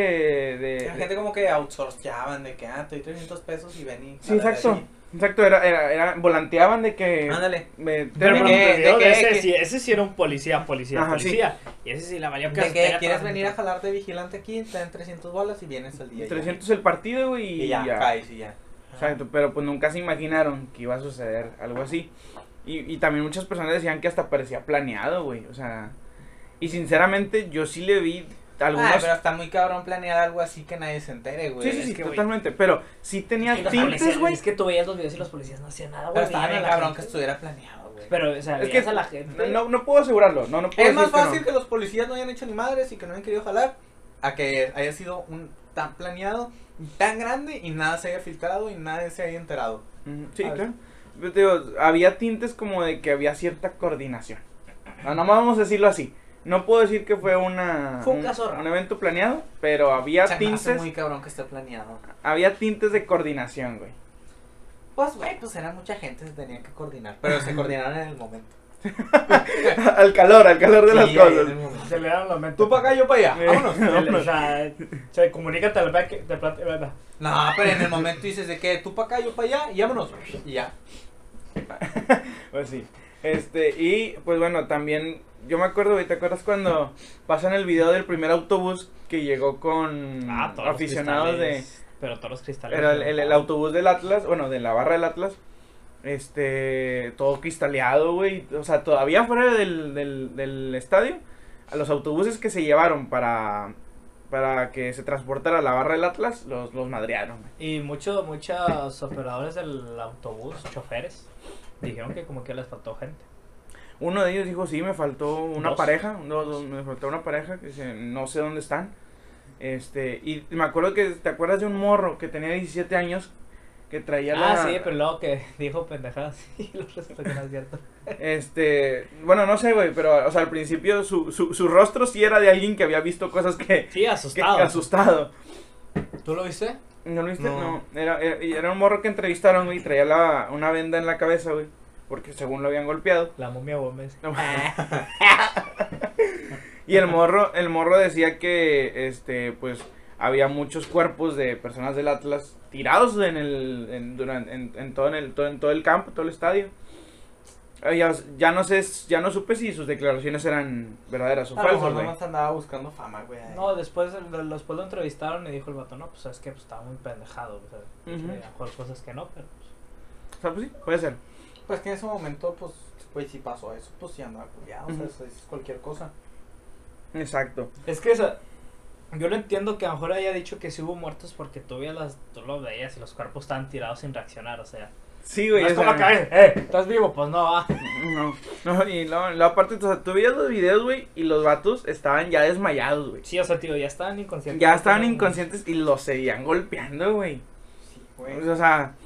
[SPEAKER 1] de-
[SPEAKER 2] La gente como que outsourceaban de que, ah, te doy 300 pesos y vení.
[SPEAKER 1] sí, exacto. Exacto, era, era, era- volanteaban de que.
[SPEAKER 2] Eh, Ándale.
[SPEAKER 1] me-
[SPEAKER 3] Pero
[SPEAKER 2] ¿De
[SPEAKER 3] por
[SPEAKER 2] qué?
[SPEAKER 3] ejemplo,
[SPEAKER 2] ¿De
[SPEAKER 3] yo
[SPEAKER 2] qué?
[SPEAKER 3] de ese,
[SPEAKER 2] ¿Qué?
[SPEAKER 3] sí, ese sí era un policía, policía,
[SPEAKER 1] Ajá, sí.
[SPEAKER 3] policía. Y ese sí la valió
[SPEAKER 2] De que
[SPEAKER 3] espera,
[SPEAKER 2] quieres
[SPEAKER 3] tras-
[SPEAKER 2] venir a jalarte vigilante aquí, te dan 300 bolas y vienes al día. y ya.
[SPEAKER 1] 300 el partido, güey.
[SPEAKER 2] y ya, caes y ya.
[SPEAKER 1] Exacto, pero pues nunca se imaginaron que iba a suceder algo así. Y, y también muchas personas decían que hasta parecía planeado, güey. O sea, y sinceramente yo sí le vi algunos...
[SPEAKER 2] Ay, Ah, pero está muy cabrón planear algo así que nadie se entere, güey.
[SPEAKER 1] sí, sí,
[SPEAKER 2] Es
[SPEAKER 1] sí,
[SPEAKER 2] que, güey,
[SPEAKER 1] totalmente. Pero sí tenía
[SPEAKER 3] Y los
[SPEAKER 1] tintes,
[SPEAKER 3] policías,
[SPEAKER 1] güey.
[SPEAKER 3] Es que tú veías los videos y los policías no hacían nada, güey.
[SPEAKER 2] Pero estaba
[SPEAKER 3] veían
[SPEAKER 2] bien
[SPEAKER 3] a la
[SPEAKER 2] cabrón que
[SPEAKER 3] gente.
[SPEAKER 2] estuviera planeado, güey.
[SPEAKER 3] Pero, o sea,
[SPEAKER 1] Es que-
[SPEAKER 3] veías a la gente.
[SPEAKER 1] No, no puedo asegurarlo, no, no puedo
[SPEAKER 2] es más
[SPEAKER 1] decir que no.
[SPEAKER 2] fácil que los policías no hayan hecho ni madres y que no hayan querido jalar a que haya sido un tan planeado, y tan grande y nada se haya filtrado y nadie se haya enterado.
[SPEAKER 1] Ujú, Sí,
[SPEAKER 2] A ver.
[SPEAKER 1] claro. Yo te digo, había tintes como de que había cierta coordinación. No, nomás vamos a decirlo así. No puedo decir que fue una
[SPEAKER 3] Fue un caso raro.
[SPEAKER 1] un evento planeado, pero había
[SPEAKER 2] O sea, me hace
[SPEAKER 1] tintes
[SPEAKER 2] muy cabrón que esté planeado.
[SPEAKER 1] había tintes de coordinación, güey.
[SPEAKER 2] Pues, güey, pues era mucha gente, se tenían que coordinar. Pero se coordinaron en el momento.
[SPEAKER 1] al calor, al calor de las
[SPEAKER 2] Sí, en el
[SPEAKER 1] cosas.
[SPEAKER 2] momento.
[SPEAKER 3] Se le dan los mentos.
[SPEAKER 2] Tú para acá, yo para allá.
[SPEAKER 1] Eh, <laughs>
[SPEAKER 2] Vámonos.
[SPEAKER 3] O sea, se comunica telepática- telepática- ¿verdad?
[SPEAKER 2] No, pero en el momento dices de que tú para acá, yo para allá, y vámonos. Y ya.
[SPEAKER 1] Pues sí. Este, y pues bueno, también yo me acuerdo, güey, ¿te acuerdas cuando pasan el video del primer autobús que llegó con
[SPEAKER 3] Ah, todos los
[SPEAKER 1] aficionados de
[SPEAKER 3] cristales, Pero todos los cristales.
[SPEAKER 1] Pero el, el- el autobús del Atlas, bueno, de la barra del Atlas, este, todo cristaleado, güey. O sea, todavía fuera del, del, del estadio, a los autobuses que se llevaron para, para que se transportara la barra del Atlas, los, los madrearon, güey.
[SPEAKER 3] Y muchos, muchos operadores del autobús, choferes, dijeron que como que les faltó gente.
[SPEAKER 1] Uno de ellos dijo, sí, me faltó una
[SPEAKER 3] Dos.
[SPEAKER 1] pareja, no, no, me faltó una pareja, que dice, no sé dónde están. Este, y me acuerdo que, ¿te acuerdas de un morro que tenía 17 años? Que traía la...
[SPEAKER 3] ah, sí, pero luego que <laughs> dijo pendejadas y lo resultó que no es cierto.
[SPEAKER 1] Este, bueno, no sé, güey, pero, o sea, al principio su, su, su rostro sí era de alguien que había visto cosas que...
[SPEAKER 3] Sí,
[SPEAKER 1] que-
[SPEAKER 3] asustado.
[SPEAKER 1] asustado.
[SPEAKER 2] ¿Tú lo viste?
[SPEAKER 1] ¿No lo viste? No.
[SPEAKER 2] No.
[SPEAKER 1] Era, era, era un morro que entrevistaron, güey, y traía la, una venda en la cabeza, güey, porque según lo habían golpeado.
[SPEAKER 3] La momia Gómez.
[SPEAKER 1] Ah. <laughs> Y el morro, el morro decía que, este, pues, había muchos cuerpos de personas del Atlas tirados en el, en, duran- en, en todo, en el, todo, en todo el campo, todo el estadio. Eh, Ya, ya no sé, ya no supe si sus declaraciones eran verdaderas o
[SPEAKER 2] A lo
[SPEAKER 1] falsas,
[SPEAKER 2] mejor
[SPEAKER 1] güey.
[SPEAKER 2] nomás andaba buscando fama, güey.
[SPEAKER 3] No, después, el- el- después lo entrevistaron y dijo el vato, no, pues sabes que pues, estaba muy pendejado. O sea,
[SPEAKER 1] Ujú.
[SPEAKER 3] a lo mejor cosas que no, pero pues,
[SPEAKER 1] O sea, pues sí, puede ser.
[SPEAKER 2] Pues que en ese momento, pues, güey, si pasó eso, pues sí andaba culiado.
[SPEAKER 1] Ujú.
[SPEAKER 2] O sea, es cualquier cosa.
[SPEAKER 1] Exacto.
[SPEAKER 3] Es que esa. Yo lo entiendo que a lo mejor haya dicho que sí hubo muertos porque tú, veías las, tú lo veías y los cuerpos estaban tirados sin reaccionar, o sea.
[SPEAKER 1] Sí,
[SPEAKER 3] No
[SPEAKER 1] güey.
[SPEAKER 3] es
[SPEAKER 1] o
[SPEAKER 3] como
[SPEAKER 1] sea,
[SPEAKER 3] que, "Eh, eh, ¿estás vivo? Pues no, va.
[SPEAKER 1] No, no, y luego, luego aparte, o sea, tú veías los videos, güey, y los vatos estaban ya desmayados, güey.
[SPEAKER 3] Sí, o sea, tío, ya estaban inconscientes.
[SPEAKER 1] Ya estaban inconscientes y los seguían golpeando, güey.
[SPEAKER 2] Sí,
[SPEAKER 1] Pues, O sea,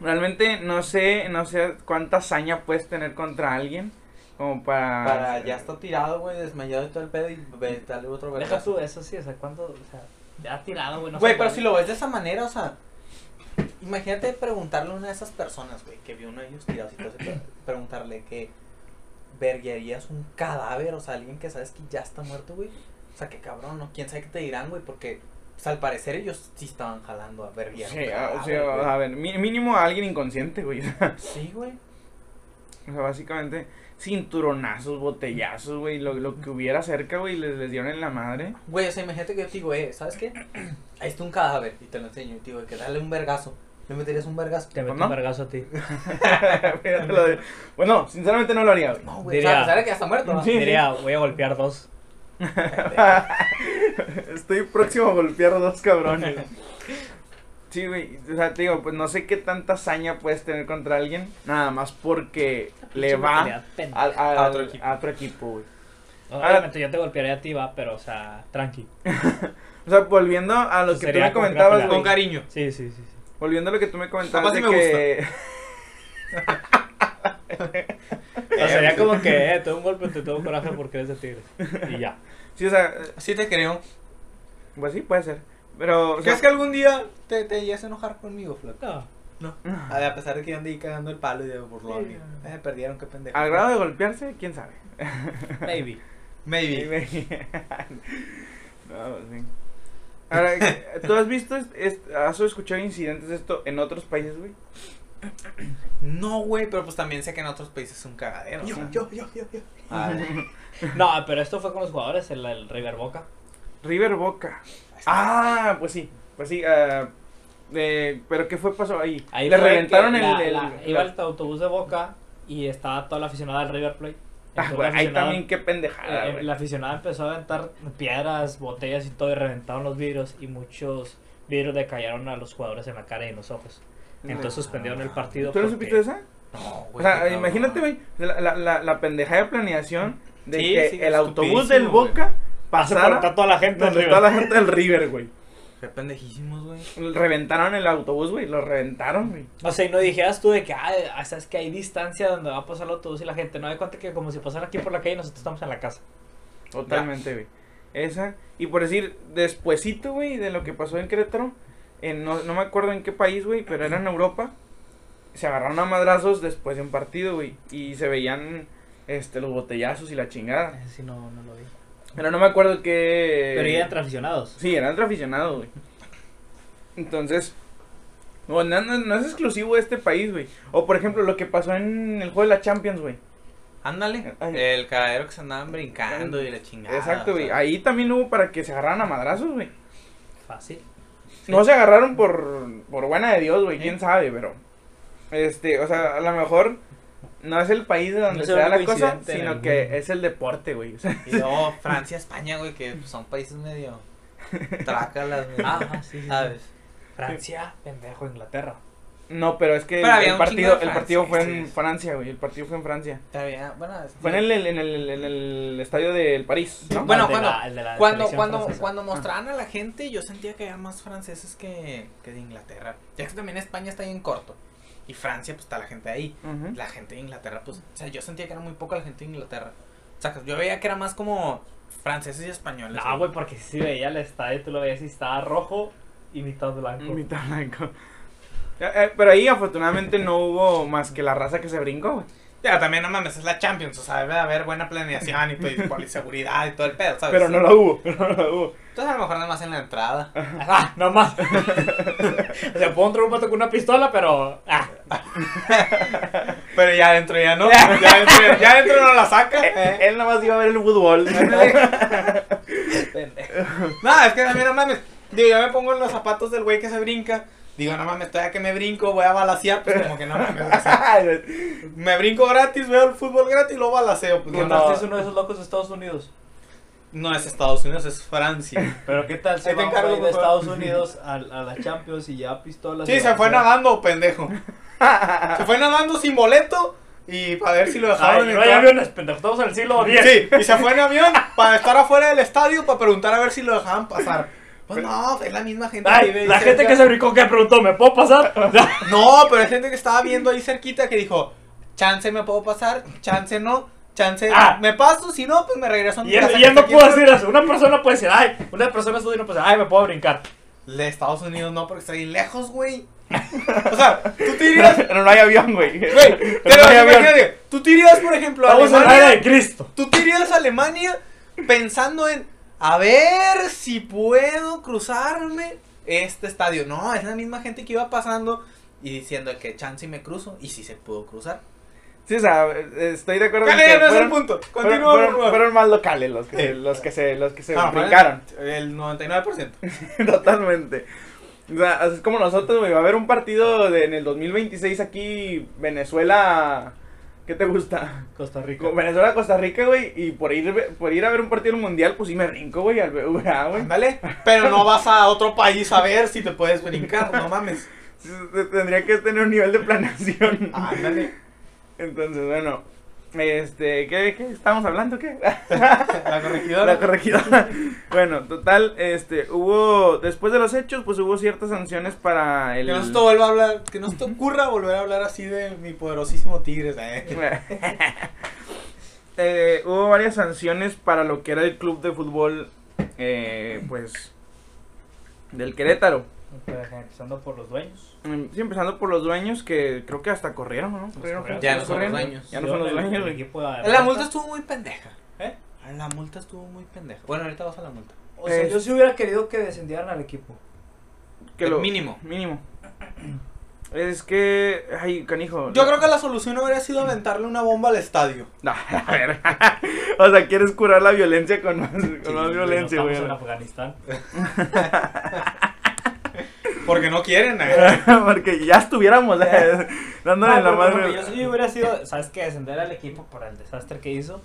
[SPEAKER 1] realmente no sé, no sé cuánta hazaña puedes tener contra alguien como para...
[SPEAKER 2] Para ya está tirado, güey, desmayado y todo el pedo y ve, dale otro
[SPEAKER 3] Deja
[SPEAKER 2] vergazo.
[SPEAKER 3] tú eso, sí, o sea, ¿cuándo? O sea, ya tirado, güey. no
[SPEAKER 2] Güey,
[SPEAKER 3] sé,
[SPEAKER 2] pero si lo ves de esa manera, o sea, imagínate preguntarle a una de esas personas, güey, que vio uno de ellos tirados y todo ese pedo, preguntarle que verguearías un cadáver, o sea, alguien que sabes que ya está muerto, güey. O sea, qué cabrón, ¿no? ¿Quién sabe qué te dirán, güey? Porque, pues, al parecer ellos sí estaban jalando a verguear. un
[SPEAKER 1] Sí, a, o
[SPEAKER 2] cadáver,
[SPEAKER 1] sea,
[SPEAKER 2] güey.
[SPEAKER 1] a ver, mi- mínimo a alguien inconsciente, güey. <laughs>
[SPEAKER 2] Sí, güey.
[SPEAKER 1] O sea, básicamente cinturonazos, botellazos, güey, lo, lo que hubiera cerca, güey, les, les dieron en la madre. <laughs>
[SPEAKER 2] Güey, o sea, imagínate que yo te digo, eh, ¿sabes qué? <clears throat> Ahí está un cadáver y te lo enseño y te digo, que dale un vergazo. ¿Le meterías un vergazo?
[SPEAKER 3] Te meto
[SPEAKER 1] ¿no?
[SPEAKER 3] un vergazo a ti.
[SPEAKER 1] Fíjate lo de- Bueno, sinceramente no lo haría, güey.
[SPEAKER 2] No, güey, o
[SPEAKER 3] Diría-
[SPEAKER 2] sea, a pesar de que ya está muerto, ¿no?
[SPEAKER 1] Sí, sí.
[SPEAKER 3] Ah, Diría, voy a golpear dos.
[SPEAKER 1] <laughs> Estoy próximo a golpear a dos
[SPEAKER 3] <laughs>
[SPEAKER 1] cabrones. Sí, güey. O sea, te digo, pues no sé qué tanta hazaña puedes tener contra alguien. Nada más porque le
[SPEAKER 3] Pinche
[SPEAKER 1] va
[SPEAKER 3] mentalidad pendeja.
[SPEAKER 1] a, a-
[SPEAKER 2] A otro equipo.
[SPEAKER 1] a otro equipo, güey.
[SPEAKER 3] Ah, Obviamente yo te golpearé a ti, va, pero, o sea, tranqui.
[SPEAKER 1] O sea, volviendo a lo
[SPEAKER 3] Eso
[SPEAKER 1] que tú
[SPEAKER 3] sería
[SPEAKER 1] me
[SPEAKER 3] como
[SPEAKER 1] comentabas,
[SPEAKER 3] una
[SPEAKER 1] güey.
[SPEAKER 3] pelea.
[SPEAKER 2] cariño.
[SPEAKER 3] Sí, sí, sí. sí.
[SPEAKER 1] Volviendo a lo que tú me comentabas
[SPEAKER 2] Capaz
[SPEAKER 1] de
[SPEAKER 2] sí me
[SPEAKER 1] que. <laughs>
[SPEAKER 3] O sea, ya como que, eh, te doy un golpe, te tengo coraje porque eres de tigre. Y ya.
[SPEAKER 1] Sí, o sea,
[SPEAKER 2] Sí te creo.
[SPEAKER 1] pues sí, puede ser. Pero. o sea,
[SPEAKER 2] ¿Crees que algún día te, te llegas a enojar conmigo, Flaco?
[SPEAKER 3] <laughs> No.
[SPEAKER 2] A, ver, a pesar de que yo andé ahí cagando el palo y de burlón.
[SPEAKER 3] Sí.
[SPEAKER 2] y, Eh, perdieron, qué pendejo.
[SPEAKER 1] Al grado de golpearse, quién sabe.
[SPEAKER 3] Maybe.
[SPEAKER 1] Sí,
[SPEAKER 2] Maybe.
[SPEAKER 1] güey. <laughs> No, pues, sí. Ahora, ¿tú has visto, est- est- has escuchado incidentes de esto en otros países, güey?
[SPEAKER 2] No, güey, pero pues también sé que en otros países es un cagadero. o sea.
[SPEAKER 3] yo, yo, yo.
[SPEAKER 2] A ver,
[SPEAKER 3] No, pero esto fue con los jugadores, el, el River Boca.
[SPEAKER 1] River Boca. Ah, pues sí, pues sí. ah, eh, ¿Pero qué fue pasó ahí?
[SPEAKER 3] Ahí
[SPEAKER 1] Le
[SPEAKER 3] fue que
[SPEAKER 1] reventaron el...
[SPEAKER 3] la-
[SPEAKER 1] el-
[SPEAKER 3] la- iba el autobús de Boca y estaba toda la aficionada del River Plate.
[SPEAKER 1] Ah,
[SPEAKER 3] Entonces,
[SPEAKER 1] güey,
[SPEAKER 3] la
[SPEAKER 1] ahí
[SPEAKER 3] aficionada-
[SPEAKER 1] también qué pendejada,
[SPEAKER 3] eh,
[SPEAKER 1] Ah, güey.
[SPEAKER 3] la aficionada empezó a aventar piedras, botellas y todo y reventaron los vidrios y muchos vidrios le cayeron a los jugadores en la cara y en los ojos. Entonces suspendieron el partido.
[SPEAKER 1] Ah, ¿Tú no
[SPEAKER 3] porque-
[SPEAKER 1] supiste esa?
[SPEAKER 2] No,
[SPEAKER 1] O
[SPEAKER 2] güey. pues, qué
[SPEAKER 1] sea,
[SPEAKER 2] cabrón.
[SPEAKER 1] imagínate, güey, la, la, la, la pendejada de planeación de
[SPEAKER 2] Sí,
[SPEAKER 1] que
[SPEAKER 2] sí,
[SPEAKER 1] el autobús
[SPEAKER 2] estupidísimo,
[SPEAKER 1] del Boca
[SPEAKER 3] Pasa por
[SPEAKER 1] pasara
[SPEAKER 3] toda la gente del
[SPEAKER 1] donde
[SPEAKER 3] River.
[SPEAKER 1] toda la gente del River, güey.
[SPEAKER 2] Qué pendejísimos, güey.
[SPEAKER 1] Reventaron el autobús, güey. Lo reventaron, güey.
[SPEAKER 3] O sea, y no dijeras tú de que, ah, sabes que hay distancia donde va a pasar el autobús y la gente no de cuenta que como si pasara aquí por la calle y nosotros estamos en la casa.
[SPEAKER 1] Totalmente, güey. Esa. Y por decir, despuesito, güey, de lo que pasó en Querétaro, en- no, no me acuerdo en qué país, güey, pero era en Europa. Se agarraron a madrazos después de un partido, güey. Y se veían este, los botellazos y la chingada.
[SPEAKER 3] Ese Eh, sí no, no lo vi.
[SPEAKER 1] Pero no me acuerdo qué...
[SPEAKER 3] Pero ya entre aficionados.
[SPEAKER 1] Eh, Sí, eran entre aficionados, güey. Entonces, no, no, no- no es exclusivo de este país, güey. O por ejemplo, lo que pasó en el juego de la Champions, güey.
[SPEAKER 2] Ándale.
[SPEAKER 1] Ay.
[SPEAKER 2] El cadero que se andaban brincando y la chingada.
[SPEAKER 1] Exacto,
[SPEAKER 2] o
[SPEAKER 1] güey.
[SPEAKER 2] sea.
[SPEAKER 1] Ahí también hubo para que se agarraran a madrazos, güey.
[SPEAKER 3] Fácil.
[SPEAKER 1] No se agarraron por, por buena de Dios, güey, quién sabe, pero. Este, o sea, a lo mejor no es el país de donde
[SPEAKER 3] No es
[SPEAKER 1] se
[SPEAKER 3] el
[SPEAKER 1] da la
[SPEAKER 3] único
[SPEAKER 1] cosa,
[SPEAKER 3] incidente en
[SPEAKER 1] sino
[SPEAKER 3] el
[SPEAKER 1] que
[SPEAKER 3] mundo.
[SPEAKER 1] es el deporte, güey. O
[SPEAKER 2] <laughs>
[SPEAKER 1] sea,
[SPEAKER 2] Y luego Francia, España, güey, que son países
[SPEAKER 1] <laughs>
[SPEAKER 2] medio. Trácalas, güey.
[SPEAKER 3] Ajá, sí, sí, <laughs> sí.
[SPEAKER 2] ¿Sabes?
[SPEAKER 3] Francia, pendejo, Inglaterra.
[SPEAKER 1] no, pero es que
[SPEAKER 2] Pero
[SPEAKER 1] el
[SPEAKER 2] había un chingo
[SPEAKER 1] partido,
[SPEAKER 2] de
[SPEAKER 1] el partido fue en
[SPEAKER 2] franceses.
[SPEAKER 1] Francia, güey. El partido fue en Francia.
[SPEAKER 2] Todavía, bueno. es-
[SPEAKER 1] Fue en el, en el, en el estadio del París, ¿no?
[SPEAKER 2] Bueno,
[SPEAKER 3] El de
[SPEAKER 2] cuando-
[SPEAKER 3] la- el de la
[SPEAKER 2] Cuando,
[SPEAKER 3] selección
[SPEAKER 2] cuando,
[SPEAKER 3] francesa.
[SPEAKER 2] cuando
[SPEAKER 1] Ah.
[SPEAKER 2] mostraban a la gente, yo sentía que había más franceses que, que de Inglaterra. Ya que también España está ahí en corto. Y Francia, pues está la gente ahí.
[SPEAKER 1] Ujú.
[SPEAKER 2] La gente de Inglaterra, pues, o sea, yo sentía que era muy poca la gente de Inglaterra. O sea, que yo veía que era más como franceses y españoles.
[SPEAKER 3] No, güey, porque si veía el estadio, tú lo veías y estaba rojo y mitad blanco.
[SPEAKER 1] Mitad blanco. Eh, Mm. eh, Pero ahí afortunadamente no hubo más que la raza que se brincó, güey.
[SPEAKER 2] Ya, también no mames, es la Champions, o sea, debe de haber buena planeación
[SPEAKER 1] <laughs>
[SPEAKER 2] y pues, poliseguridad y todo el pedo, ¿sabes?
[SPEAKER 1] Pero no la hubo, <laughs> pero no la hubo.
[SPEAKER 2] Entonces a lo mejor nada más en la entrada.
[SPEAKER 3] ¡Ah! ¡No <laughs> más! o sea, puedo entrar un vato con una pistola, pero. ¡Ah!
[SPEAKER 2] Pero ya adentro
[SPEAKER 1] <laughs>
[SPEAKER 2] ya no. <laughs> ya, adentro, ya adentro no la saca.
[SPEAKER 1] Eh, Él nada más iba a ver el
[SPEAKER 2] <laughs>
[SPEAKER 1] fútbol.
[SPEAKER 2] Eh, No, es que también no mames. Digo, yo me pongo en los zapatos del güey que se brinca. Digo, no mames, todavía que me brinco, voy a balasear. Pues como que no mames. o sea, me brinco gratis, veo el fútbol gratis y lo balaseo. Pues, no,
[SPEAKER 3] Contaste es uno de esos locos de Estados Unidos.
[SPEAKER 2] no es Estados Unidos, es
[SPEAKER 3] <laughs>
[SPEAKER 2] Francia.
[SPEAKER 3] Pero ¿qué tal
[SPEAKER 2] Ahí
[SPEAKER 3] se
[SPEAKER 2] te
[SPEAKER 3] va un
[SPEAKER 2] encargo,
[SPEAKER 3] güey de
[SPEAKER 2] por favor.
[SPEAKER 3] <laughs> Estados Unidos a, a la Champions y ya pistolas?
[SPEAKER 2] Sí, se fue nadando, pendejo. Se fue nadando sin boleto y para ver si lo dejaron
[SPEAKER 3] Ay, no hay
[SPEAKER 2] entrar.
[SPEAKER 3] aviones, pendejo. Estamos en el siglo X.
[SPEAKER 2] Sí, y se fue en avión para estar afuera del estadio para preguntar a ver si lo dejaban pasar. Pues no, es la misma gente
[SPEAKER 3] Ay,
[SPEAKER 2] vive ahí
[SPEAKER 3] la gente
[SPEAKER 2] cerca.
[SPEAKER 3] que se brincó que preguntó, ¿me puedo <laughs> pasar?
[SPEAKER 2] No, pero hay gente que estaba viendo ahí cerquita que dijo, chance me puedo pasar, chance no, chance
[SPEAKER 3] Ah.
[SPEAKER 2] me paso, si no, pues me regreso a mi
[SPEAKER 3] y él,
[SPEAKER 2] casa
[SPEAKER 3] y
[SPEAKER 2] que
[SPEAKER 3] él
[SPEAKER 2] está
[SPEAKER 3] no
[SPEAKER 2] aquí
[SPEAKER 3] pudo
[SPEAKER 2] en-
[SPEAKER 3] decir eso. Una persona puede decir, ay, una persona sube y no puede decir, ay, me puedo brincar.
[SPEAKER 2] De Estados Unidos no, porque está bien lejos, güey. O sea, tú te irías,
[SPEAKER 3] <laughs>
[SPEAKER 1] Pero no hay avión, güey.
[SPEAKER 2] güey,
[SPEAKER 1] Pero
[SPEAKER 2] pero
[SPEAKER 1] no hay avión.
[SPEAKER 2] imagínate, tú te irías, por ejemplo, a
[SPEAKER 3] Vamos en la era de
[SPEAKER 2] Alemania,
[SPEAKER 3] Cristo.
[SPEAKER 2] tú te irías a Alemania pensando en, a ver si puedo cruzarme este estadio. No, es la misma gente que iba pasando y diciendo que chance y me cruzo, y si se pudo cruzar.
[SPEAKER 1] Sí, o sea, estoy de acuerdo en
[SPEAKER 2] Bueno,
[SPEAKER 1] que
[SPEAKER 2] ya no es el
[SPEAKER 1] fueron-
[SPEAKER 2] punto.
[SPEAKER 1] fueron-
[SPEAKER 2] Continúa, por
[SPEAKER 1] fueron-
[SPEAKER 2] favor.
[SPEAKER 1] fueron más locales los que,
[SPEAKER 2] Sí.
[SPEAKER 1] los que se, los que se
[SPEAKER 2] Ah,
[SPEAKER 1] brincaron. <laughs>
[SPEAKER 2] El 99%.
[SPEAKER 1] Totalmente. O sea, es como nosotros, güey. Va a haber un partido de- en el 2026 aquí, Venezuela. ¿Qué te gusta?
[SPEAKER 3] Costa Rica.
[SPEAKER 1] Con Venezuela, Costa Rica, güey. Y por ir, por ir a ver un partido del mundial, pues sí me brinco, güey, al BBVA, güey.
[SPEAKER 2] Ándale. Pero no vas a otro país a ver si te puedes brincar, no mames.
[SPEAKER 1] Sí, sí, Tendría que tener un nivel de planeación.
[SPEAKER 2] <laughs> Ándale.
[SPEAKER 1] Entonces, bueno. Este, ¿qué, qué estábamos hablando?
[SPEAKER 2] <laughs>
[SPEAKER 1] ¿Qué?
[SPEAKER 2] La corregidora.
[SPEAKER 1] La
[SPEAKER 2] <laughs>
[SPEAKER 1] corregidora. Bueno, total, este, hubo, después de los hechos, pues hubo ciertas sanciones para
[SPEAKER 2] Que
[SPEAKER 1] el...
[SPEAKER 2] no se te vuelva a hablar, que no se te ocurra volver a hablar así de mi poderosísimo Tigres. eh.
[SPEAKER 1] <laughs> Eh, hubo varias sanciones para lo que era el club de fútbol, eh, pues, del Querétaro.
[SPEAKER 3] Empezando por los dueños.
[SPEAKER 1] Mm, Sí, empezando por los dueños que creo que hasta corrieron, ¿no? Corrieron,
[SPEAKER 3] corrieron.
[SPEAKER 2] Ya
[SPEAKER 1] los
[SPEAKER 2] no son
[SPEAKER 1] corrieron.
[SPEAKER 2] los dueños.
[SPEAKER 1] Ya no son los
[SPEAKER 3] El-
[SPEAKER 1] dueños,
[SPEAKER 3] el
[SPEAKER 1] güey.
[SPEAKER 3] equipo de
[SPEAKER 2] La multa estuvo muy pendeja.
[SPEAKER 3] ¿Eh?
[SPEAKER 2] La multa estuvo muy pendeja. Bueno, ahorita vas a la multa.
[SPEAKER 3] O sea,
[SPEAKER 1] Eh.
[SPEAKER 3] pues, yo sí hubiera querido que descendieran al equipo.
[SPEAKER 1] Que
[SPEAKER 2] El
[SPEAKER 1] lo-
[SPEAKER 2] mínimo.
[SPEAKER 1] Mínimo. Es que, ay, canijo.
[SPEAKER 2] Yo creo que la solución habría sido aventarle una bomba al estadio.
[SPEAKER 1] No, <laughs> a ver. o sea, quieres curar la violencia con más, con más violencia,
[SPEAKER 3] Estamos
[SPEAKER 1] güey.
[SPEAKER 3] en Afganistán.
[SPEAKER 2] Porque no quieren,
[SPEAKER 1] <laughs>
[SPEAKER 2] <laughs> eh.
[SPEAKER 1] Porque ya estuviéramos
[SPEAKER 3] <laughs>
[SPEAKER 1] eh, dándole
[SPEAKER 3] No,
[SPEAKER 1] la
[SPEAKER 3] pero, por ejemplo,
[SPEAKER 1] madre.
[SPEAKER 3] yo sí hubiera sido, ¿sabes qué? Descender al equipo por el desastre que hizo.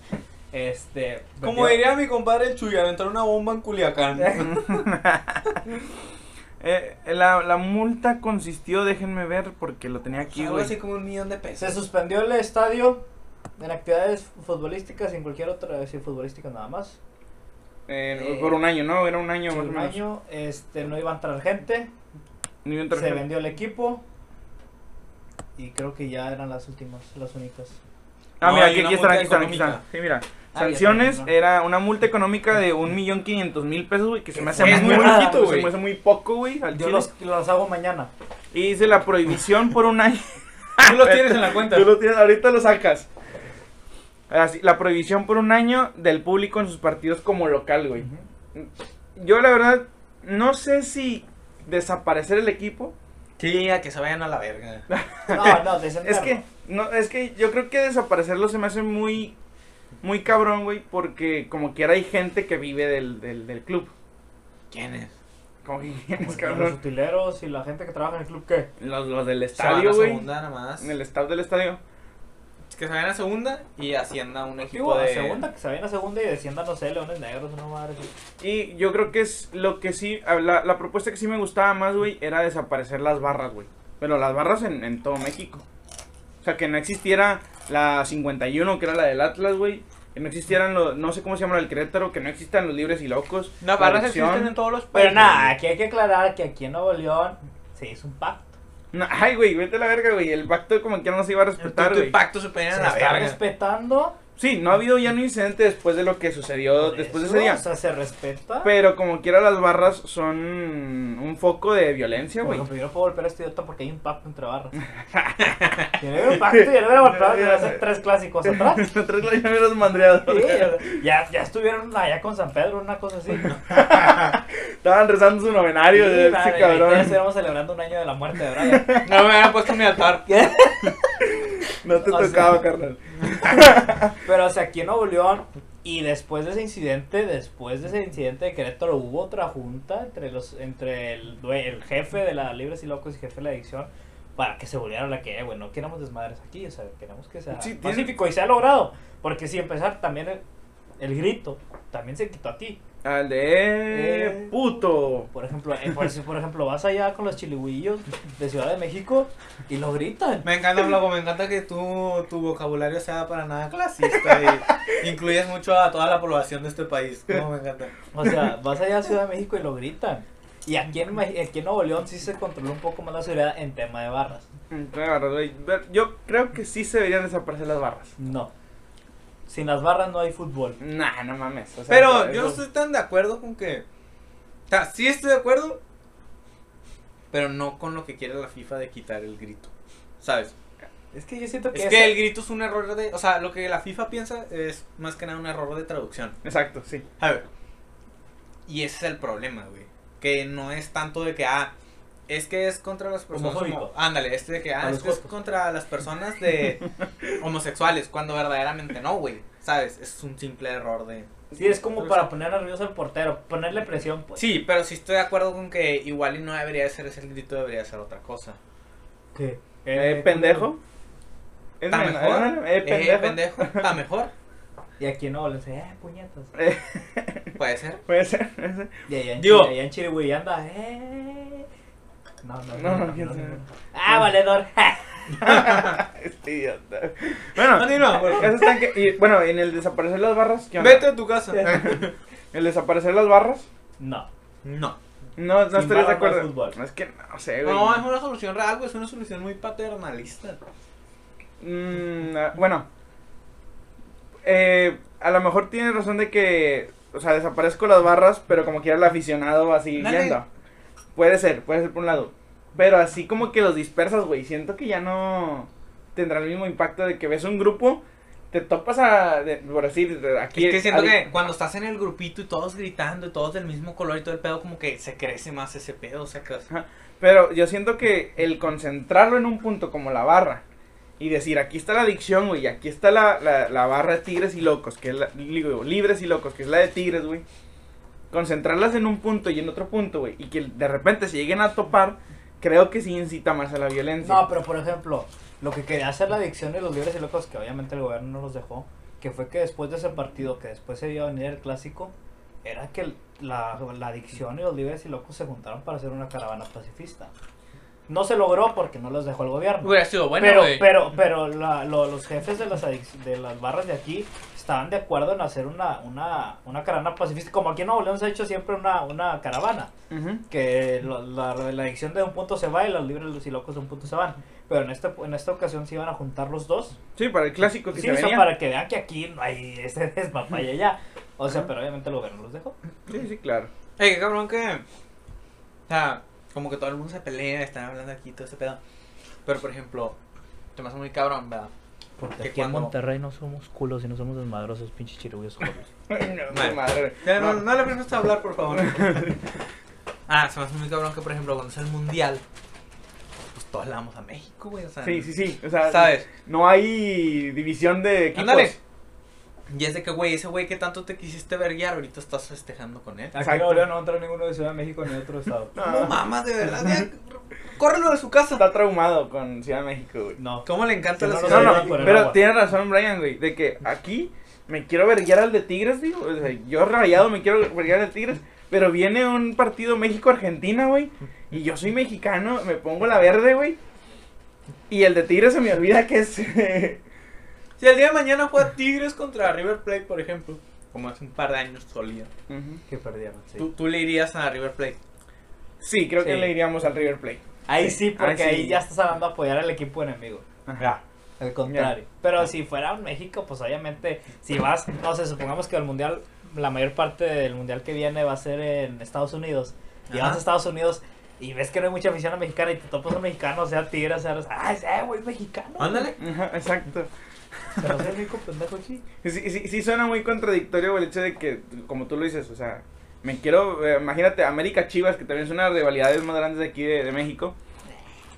[SPEAKER 3] Este.
[SPEAKER 2] Como
[SPEAKER 3] vendió-
[SPEAKER 2] diría mi compadre el Chuy, aventar una bomba en <laughs> Culiacán.
[SPEAKER 1] Eh, la, la multa consistió, déjenme ver, porque lo tenía aquí,
[SPEAKER 2] Algo
[SPEAKER 1] güey.
[SPEAKER 2] así como un millón de pesos.
[SPEAKER 3] Se suspendió el estadio en actividades futbolísticas y en cualquier otra, sin futbolísticas nada más.
[SPEAKER 1] Eh,
[SPEAKER 3] Eh,
[SPEAKER 1] por un año, ¿no? Era un año más o
[SPEAKER 3] Un
[SPEAKER 1] menos.
[SPEAKER 3] año, este, no iba a entrar gente,
[SPEAKER 1] No iba a entrar
[SPEAKER 3] se
[SPEAKER 1] gente.
[SPEAKER 3] vendió el equipo y creo que ya eran las últimas, las únicas.
[SPEAKER 1] Ah,
[SPEAKER 2] No,
[SPEAKER 1] mira,
[SPEAKER 2] hay
[SPEAKER 1] aquí,
[SPEAKER 2] una
[SPEAKER 1] aquí están,
[SPEAKER 2] multa
[SPEAKER 1] aquí están, aquí están.
[SPEAKER 2] económica.
[SPEAKER 1] Sí, mira.
[SPEAKER 3] Ah,
[SPEAKER 1] Sanciones
[SPEAKER 3] ya está,
[SPEAKER 1] era una multa económica de 1.500.000 pesos, güey, que se me hace
[SPEAKER 3] Es
[SPEAKER 1] muy
[SPEAKER 3] muy
[SPEAKER 1] poquito,
[SPEAKER 3] poquito,
[SPEAKER 1] güey.
[SPEAKER 3] güey.
[SPEAKER 1] Se me hace muy poco, güey, al
[SPEAKER 3] Yo
[SPEAKER 1] chile.
[SPEAKER 3] los, los hago mañana.
[SPEAKER 1] Y dice la prohibición por <laughs> un año.
[SPEAKER 2] Tú lo tienes en la
[SPEAKER 1] <laughs>
[SPEAKER 2] cuenta.
[SPEAKER 1] Tú lo tienes, ahorita lo sacas. Así, la prohibición por un año del público en sus partidos como local, güey. Yo la verdad no sé si desaparecer el equipo.
[SPEAKER 2] Sí, a que se vayan a la verga.
[SPEAKER 3] No, no, de
[SPEAKER 1] <laughs> Es que no, es que yo creo que desaparecerlo se me hace muy muy cabrón, güey, porque como quiera hay gente que vive del, del, del club.
[SPEAKER 2] ¿Quién es?
[SPEAKER 1] Como que <laughs> es
[SPEAKER 3] los
[SPEAKER 1] Pues cabrón.
[SPEAKER 3] utileros y la gente que trabaja en el club, ¿qué?
[SPEAKER 1] Los, los del
[SPEAKER 2] Se van
[SPEAKER 1] estadio,
[SPEAKER 2] a
[SPEAKER 1] güey.
[SPEAKER 2] segunda nada más.
[SPEAKER 1] En el staff del estadio.
[SPEAKER 2] Que se vayan a segunda y hacienda un equipo
[SPEAKER 3] Digo, a
[SPEAKER 2] de...
[SPEAKER 3] segunda, que se vayan a segunda y desciendan, no sé, leones negros, no madre.
[SPEAKER 1] Pues, Y yo creo que es lo que sí, ah, la, la propuesta que sí me gustaba más, güey, era desaparecer las barras, güey. Pero las barras en, en todo México. O sea, que no existiera la 51, que era la del Atlas, güey. Que no existieran los, no sé cómo se llama el Querétaro, que no existan los libres y locos.
[SPEAKER 2] No,
[SPEAKER 1] la
[SPEAKER 2] barras
[SPEAKER 1] adicción.
[SPEAKER 2] existen en todos los
[SPEAKER 3] Pero
[SPEAKER 2] países.
[SPEAKER 3] nada, aquí hay que aclarar que aquí en Nuevo León se hizo un pacto.
[SPEAKER 1] No, ay, güey, vete a la verga, güey. El pacto como que no se iba a respetar,
[SPEAKER 2] Tu, tu
[SPEAKER 1] güey.
[SPEAKER 2] impacto superior
[SPEAKER 3] Se
[SPEAKER 2] a la
[SPEAKER 3] está
[SPEAKER 2] verga.
[SPEAKER 3] respetando.
[SPEAKER 1] Sí, no ha habido ya un incidente después de lo que sucedió después de ese
[SPEAKER 3] eso,
[SPEAKER 1] día.
[SPEAKER 3] O sea, se respeta.
[SPEAKER 1] Pero como quiera, las barras son un foco de violencia,
[SPEAKER 3] Por
[SPEAKER 1] güey.
[SPEAKER 3] ejemplo, yo no puedo golpear a este idiota porque hay un pacto entre
[SPEAKER 1] <laughs>
[SPEAKER 3] barras. Yo no hay un pacto, yo no hubiera golpeado, yo hacer tres
[SPEAKER 1] <laughs>
[SPEAKER 3] clásicos atrás.
[SPEAKER 1] Nosotros los llaveros mandreados.
[SPEAKER 3] Sí, ya, ya estuvieron allá con San Pedro, una cosa así.
[SPEAKER 1] Estaban rezando su novenario de
[SPEAKER 3] Sí,
[SPEAKER 1] ese
[SPEAKER 3] madre, ahorita ya
[SPEAKER 1] cabrón.
[SPEAKER 3] estábamos celebrando un año de la muerte de Brian.
[SPEAKER 2] <laughs> No me han puesto en mi altar.
[SPEAKER 1] No te
[SPEAKER 3] o sea,
[SPEAKER 1] tocaba, carnal.
[SPEAKER 3] Pero, o sea, aquí en Nuevo León, y después de ese incidente, después de ese incidente de Querétaro, hubo otra junta entre los entre el, due- el jefe de la Libres y Locos y jefe de la Adicción para que se volviera la que, eh, güey, no queremos desmadres aquí, o sea, queremos que sea
[SPEAKER 1] Sí, tiene-
[SPEAKER 3] pacífico y se ha logrado. Porque si empezar también el, el grito, también se quitó aquí.
[SPEAKER 1] Al de
[SPEAKER 3] Eh.
[SPEAKER 1] puto.
[SPEAKER 3] Por ejemplo, eh, por, si- por ejemplo, vas allá con los chilihuillos de Ciudad de México y lo gritan.
[SPEAKER 2] Me encanta, Flaco, me encanta que tú, tu vocabulario sea para nada clasista y incluyes mucho a toda la población de este país. No, me encanta.
[SPEAKER 3] O sea, vas allá a Ciudad de México y lo gritan. Y aquí en, Mex- aquí en Nuevo León sí se controló un poco más la seguridad en tema de barras.
[SPEAKER 1] Claro, güey. Ver, Yo creo que sí se deberían desaparecer las barras.
[SPEAKER 3] No. Sin las barras no hay fútbol.
[SPEAKER 1] Nah, no mames. o sea,
[SPEAKER 2] Pero yo no
[SPEAKER 1] eso-
[SPEAKER 2] estoy tan de acuerdo con que. O sea, sí estoy de acuerdo, pero no con lo que quiere la FIFA de quitar el grito. ¿Sabes?
[SPEAKER 3] Es que yo siento que,
[SPEAKER 2] Es que el grito es un error de. O sea, lo que la FIFA piensa es más que nada un error de traducción.
[SPEAKER 1] Exacto, sí.
[SPEAKER 2] A ver. Y ese es el problema, güey. Que no es tanto de que, ah, es que es contra las personas.
[SPEAKER 3] Homofóbico.
[SPEAKER 2] homo- Ándale, este de que,
[SPEAKER 3] A
[SPEAKER 2] ah,
[SPEAKER 3] los
[SPEAKER 2] es que es
[SPEAKER 3] jotos.
[SPEAKER 2] contra las personas de homosexuales, cuando verdaderamente no, güey. ¿Sabes? Es un simple error de.
[SPEAKER 3] sí, es como para poner nervioso al portero, ponerle presión. Pues.
[SPEAKER 2] Sí, pero sí estoy de acuerdo con que igual y no debería de ser ese el grito, debería ser otra cosa.
[SPEAKER 3] ¿Qué?
[SPEAKER 1] Eh, pendejo. Es
[SPEAKER 2] ¿Está
[SPEAKER 1] men-
[SPEAKER 2] mejor?
[SPEAKER 1] Eh,
[SPEAKER 2] Eh,
[SPEAKER 1] pendejo.
[SPEAKER 2] pendejo. ¿Está mejor?
[SPEAKER 3] Y aquí en Nuevo León se, eh, puñetas.
[SPEAKER 2] Puede ser.
[SPEAKER 1] <laughs> Puede ser, puede ser.
[SPEAKER 3] Y allá en,
[SPEAKER 2] Digo-
[SPEAKER 3] Chile, allá en Chirigüey anda, eh. No,
[SPEAKER 1] No,
[SPEAKER 3] no, no.
[SPEAKER 1] no,
[SPEAKER 3] no,
[SPEAKER 1] quién
[SPEAKER 3] no,
[SPEAKER 1] sabe.
[SPEAKER 3] no. Ah, valedor. <laughs>
[SPEAKER 1] Este idiota. Bueno,
[SPEAKER 2] Continúa, por favor.
[SPEAKER 1] eso está en que- y, bueno, en el desaparecer las barras, ¿qué onda?
[SPEAKER 2] Vete a tu casa.
[SPEAKER 1] <laughs> El desaparecer las barras,
[SPEAKER 3] no.
[SPEAKER 2] No.
[SPEAKER 1] no, no
[SPEAKER 3] Sin
[SPEAKER 1] estarías de
[SPEAKER 3] barras no hay
[SPEAKER 1] acuerdo.
[SPEAKER 3] fútbol.
[SPEAKER 1] No, es que no sé, güey.
[SPEAKER 2] No, es una solución real, güey. Es una solución muy paternalista.
[SPEAKER 1] Mm, ah, bueno, Eh, a lo mejor tienes razón de que, o sea, desaparezco las barras, pero como quiera el aficionado así
[SPEAKER 2] Dale.
[SPEAKER 1] yendo. Puede ser, puede ser por un lado. Pero así como que los dispersas, güey. Siento que ya no tendrá el mismo impacto de que ves un grupo, te topas a, de- por decir, de aquí.
[SPEAKER 2] Es que siento
[SPEAKER 1] al-
[SPEAKER 2] que cuando estás en el grupito y todos gritando y todos del mismo color y todo el pedo, como que se crece más ese pedo, sacas.
[SPEAKER 1] Pero yo siento que el concentrarlo en un punto como la barra y decir, aquí está la adicción, güey, y aquí está la, la, la barra de tigres y locos, que es la, digo, libres y locos, que es la de tigres, güey. Concentrarlas en un punto y en otro punto, güey, y que de repente se lleguen a topar, creo que sí incita más a la violencia.
[SPEAKER 3] No, pero por ejemplo, lo que quería hacer la adicción de los libres y locos, que obviamente el gobierno no los dejó, que fue que después de ese partido, que después se iba a venir el clásico, era que el- la, la adicción y los libres y locos se juntaron para hacer una caravana pacifista. No se logró porque no los dejó el gobierno.
[SPEAKER 2] Hubiera sido bueno,
[SPEAKER 3] pero,
[SPEAKER 2] güey.
[SPEAKER 3] pero, pero la- lo- los jefes de las, adic- de las barras de aquí estaban de acuerdo en hacer una, una, una caravana pacifista, como aquí en Nuevo León se ha hecho siempre una, una caravana,
[SPEAKER 1] Ujú.
[SPEAKER 3] que lo- la, la adicción de un punto se va y los libres los y locos de un punto se van, pero en, este, en esta ocasión se iban a juntar los dos,
[SPEAKER 1] Sí, para el clásico que
[SPEAKER 3] sí,
[SPEAKER 1] se
[SPEAKER 3] o sea,
[SPEAKER 1] venía.
[SPEAKER 3] para que vean que aquí no hay <laughs> ese despapalle allá, o sea, pero obviamente el gobierno los dejó.
[SPEAKER 1] Sí, sí, claro. <laughs>
[SPEAKER 2] Ey, qué cabrón que. O sea, como que todo el mundo se pelea, están hablando aquí, todo ese pedo. Pero por ejemplo, te me hace muy cabrón, ¿verdad?
[SPEAKER 3] Porque
[SPEAKER 2] Que
[SPEAKER 3] aquí en
[SPEAKER 2] cuando-
[SPEAKER 3] Monterrey no somos culos y no somos desmadrosos, pinches chirugullos jolos.
[SPEAKER 2] Madre.
[SPEAKER 1] madre.
[SPEAKER 2] Ya, no,
[SPEAKER 1] No.
[SPEAKER 2] no le prestes a hablar, por favor. <laughs> ah, se me hace muy cabrón que, por ejemplo, cuando es el mundial, pues todos le damos a México, güey. O sea,
[SPEAKER 1] Sí, sí, sí. O sea,
[SPEAKER 2] ¿Sabes?
[SPEAKER 1] no hay división de equipos.
[SPEAKER 2] Ándale. Y es de que, güey, ese güey que tanto te quisiste verguiar, ahorita estás festejando con él.
[SPEAKER 3] Aquí
[SPEAKER 1] Exacto.
[SPEAKER 3] en Nuevo León no entra ninguno de Ciudad de México ni de otro estado.
[SPEAKER 2] No
[SPEAKER 1] No,
[SPEAKER 2] mamas, de verdad. ya, Córrelo de su casa.
[SPEAKER 1] está traumado con Ciudad de México, güey.
[SPEAKER 3] No.
[SPEAKER 2] ¿Cómo le encanta
[SPEAKER 3] Que
[SPEAKER 2] la
[SPEAKER 3] no lo
[SPEAKER 2] ciudad?
[SPEAKER 1] No,
[SPEAKER 2] de
[SPEAKER 1] no,
[SPEAKER 2] México?
[SPEAKER 3] por el
[SPEAKER 1] pero
[SPEAKER 3] agua.
[SPEAKER 1] tiene razón Brian, güey, de que aquí me quiero verguiar al de Tigres, digo, o sea, yo rayado me quiero verguiar al de Tigres, pero viene un partido México-Argentina, güey, y yo soy mexicano, me pongo la verde, güey, y el de Tigres se me olvida que es... <laughs>
[SPEAKER 2] Si el día de mañana juega Tigres contra River Plate, por ejemplo, como hace un par de años solía,
[SPEAKER 1] Ujú.
[SPEAKER 3] Que perdieron, sí.
[SPEAKER 2] tú, tú le irías a River Plate.
[SPEAKER 1] Sí, creo que
[SPEAKER 3] Sí.
[SPEAKER 1] le iríamos al River Plate.
[SPEAKER 3] Ahí sí, porque
[SPEAKER 1] Ahí sí.
[SPEAKER 3] ahí ya estás hablando de apoyar al equipo enemigo.
[SPEAKER 1] Ajá.
[SPEAKER 3] Al contrario. Pero si fuera un México, pues obviamente, si vas, no sé, supongamos que el mundial, la mayor parte del mundial que viene va a ser en Estados Unidos. Y
[SPEAKER 2] Ajá.
[SPEAKER 3] vas a Estados Unidos y ves que no hay mucha afición mexicana y te topas un mexicano, sea Tigres, sea. ¡Ah, ese güey mexicano!
[SPEAKER 2] Ándale.
[SPEAKER 1] Ajá, exacto.
[SPEAKER 3] Pero ese rico pendejo, sí.
[SPEAKER 1] Sí, sí, sí suena muy contradictorio güey, el hecho de que, como tú lo dices, o sea, me quiero, eh, imagínate, América Chivas, que también es una de las rivalidades más grandes de aquí de, de México,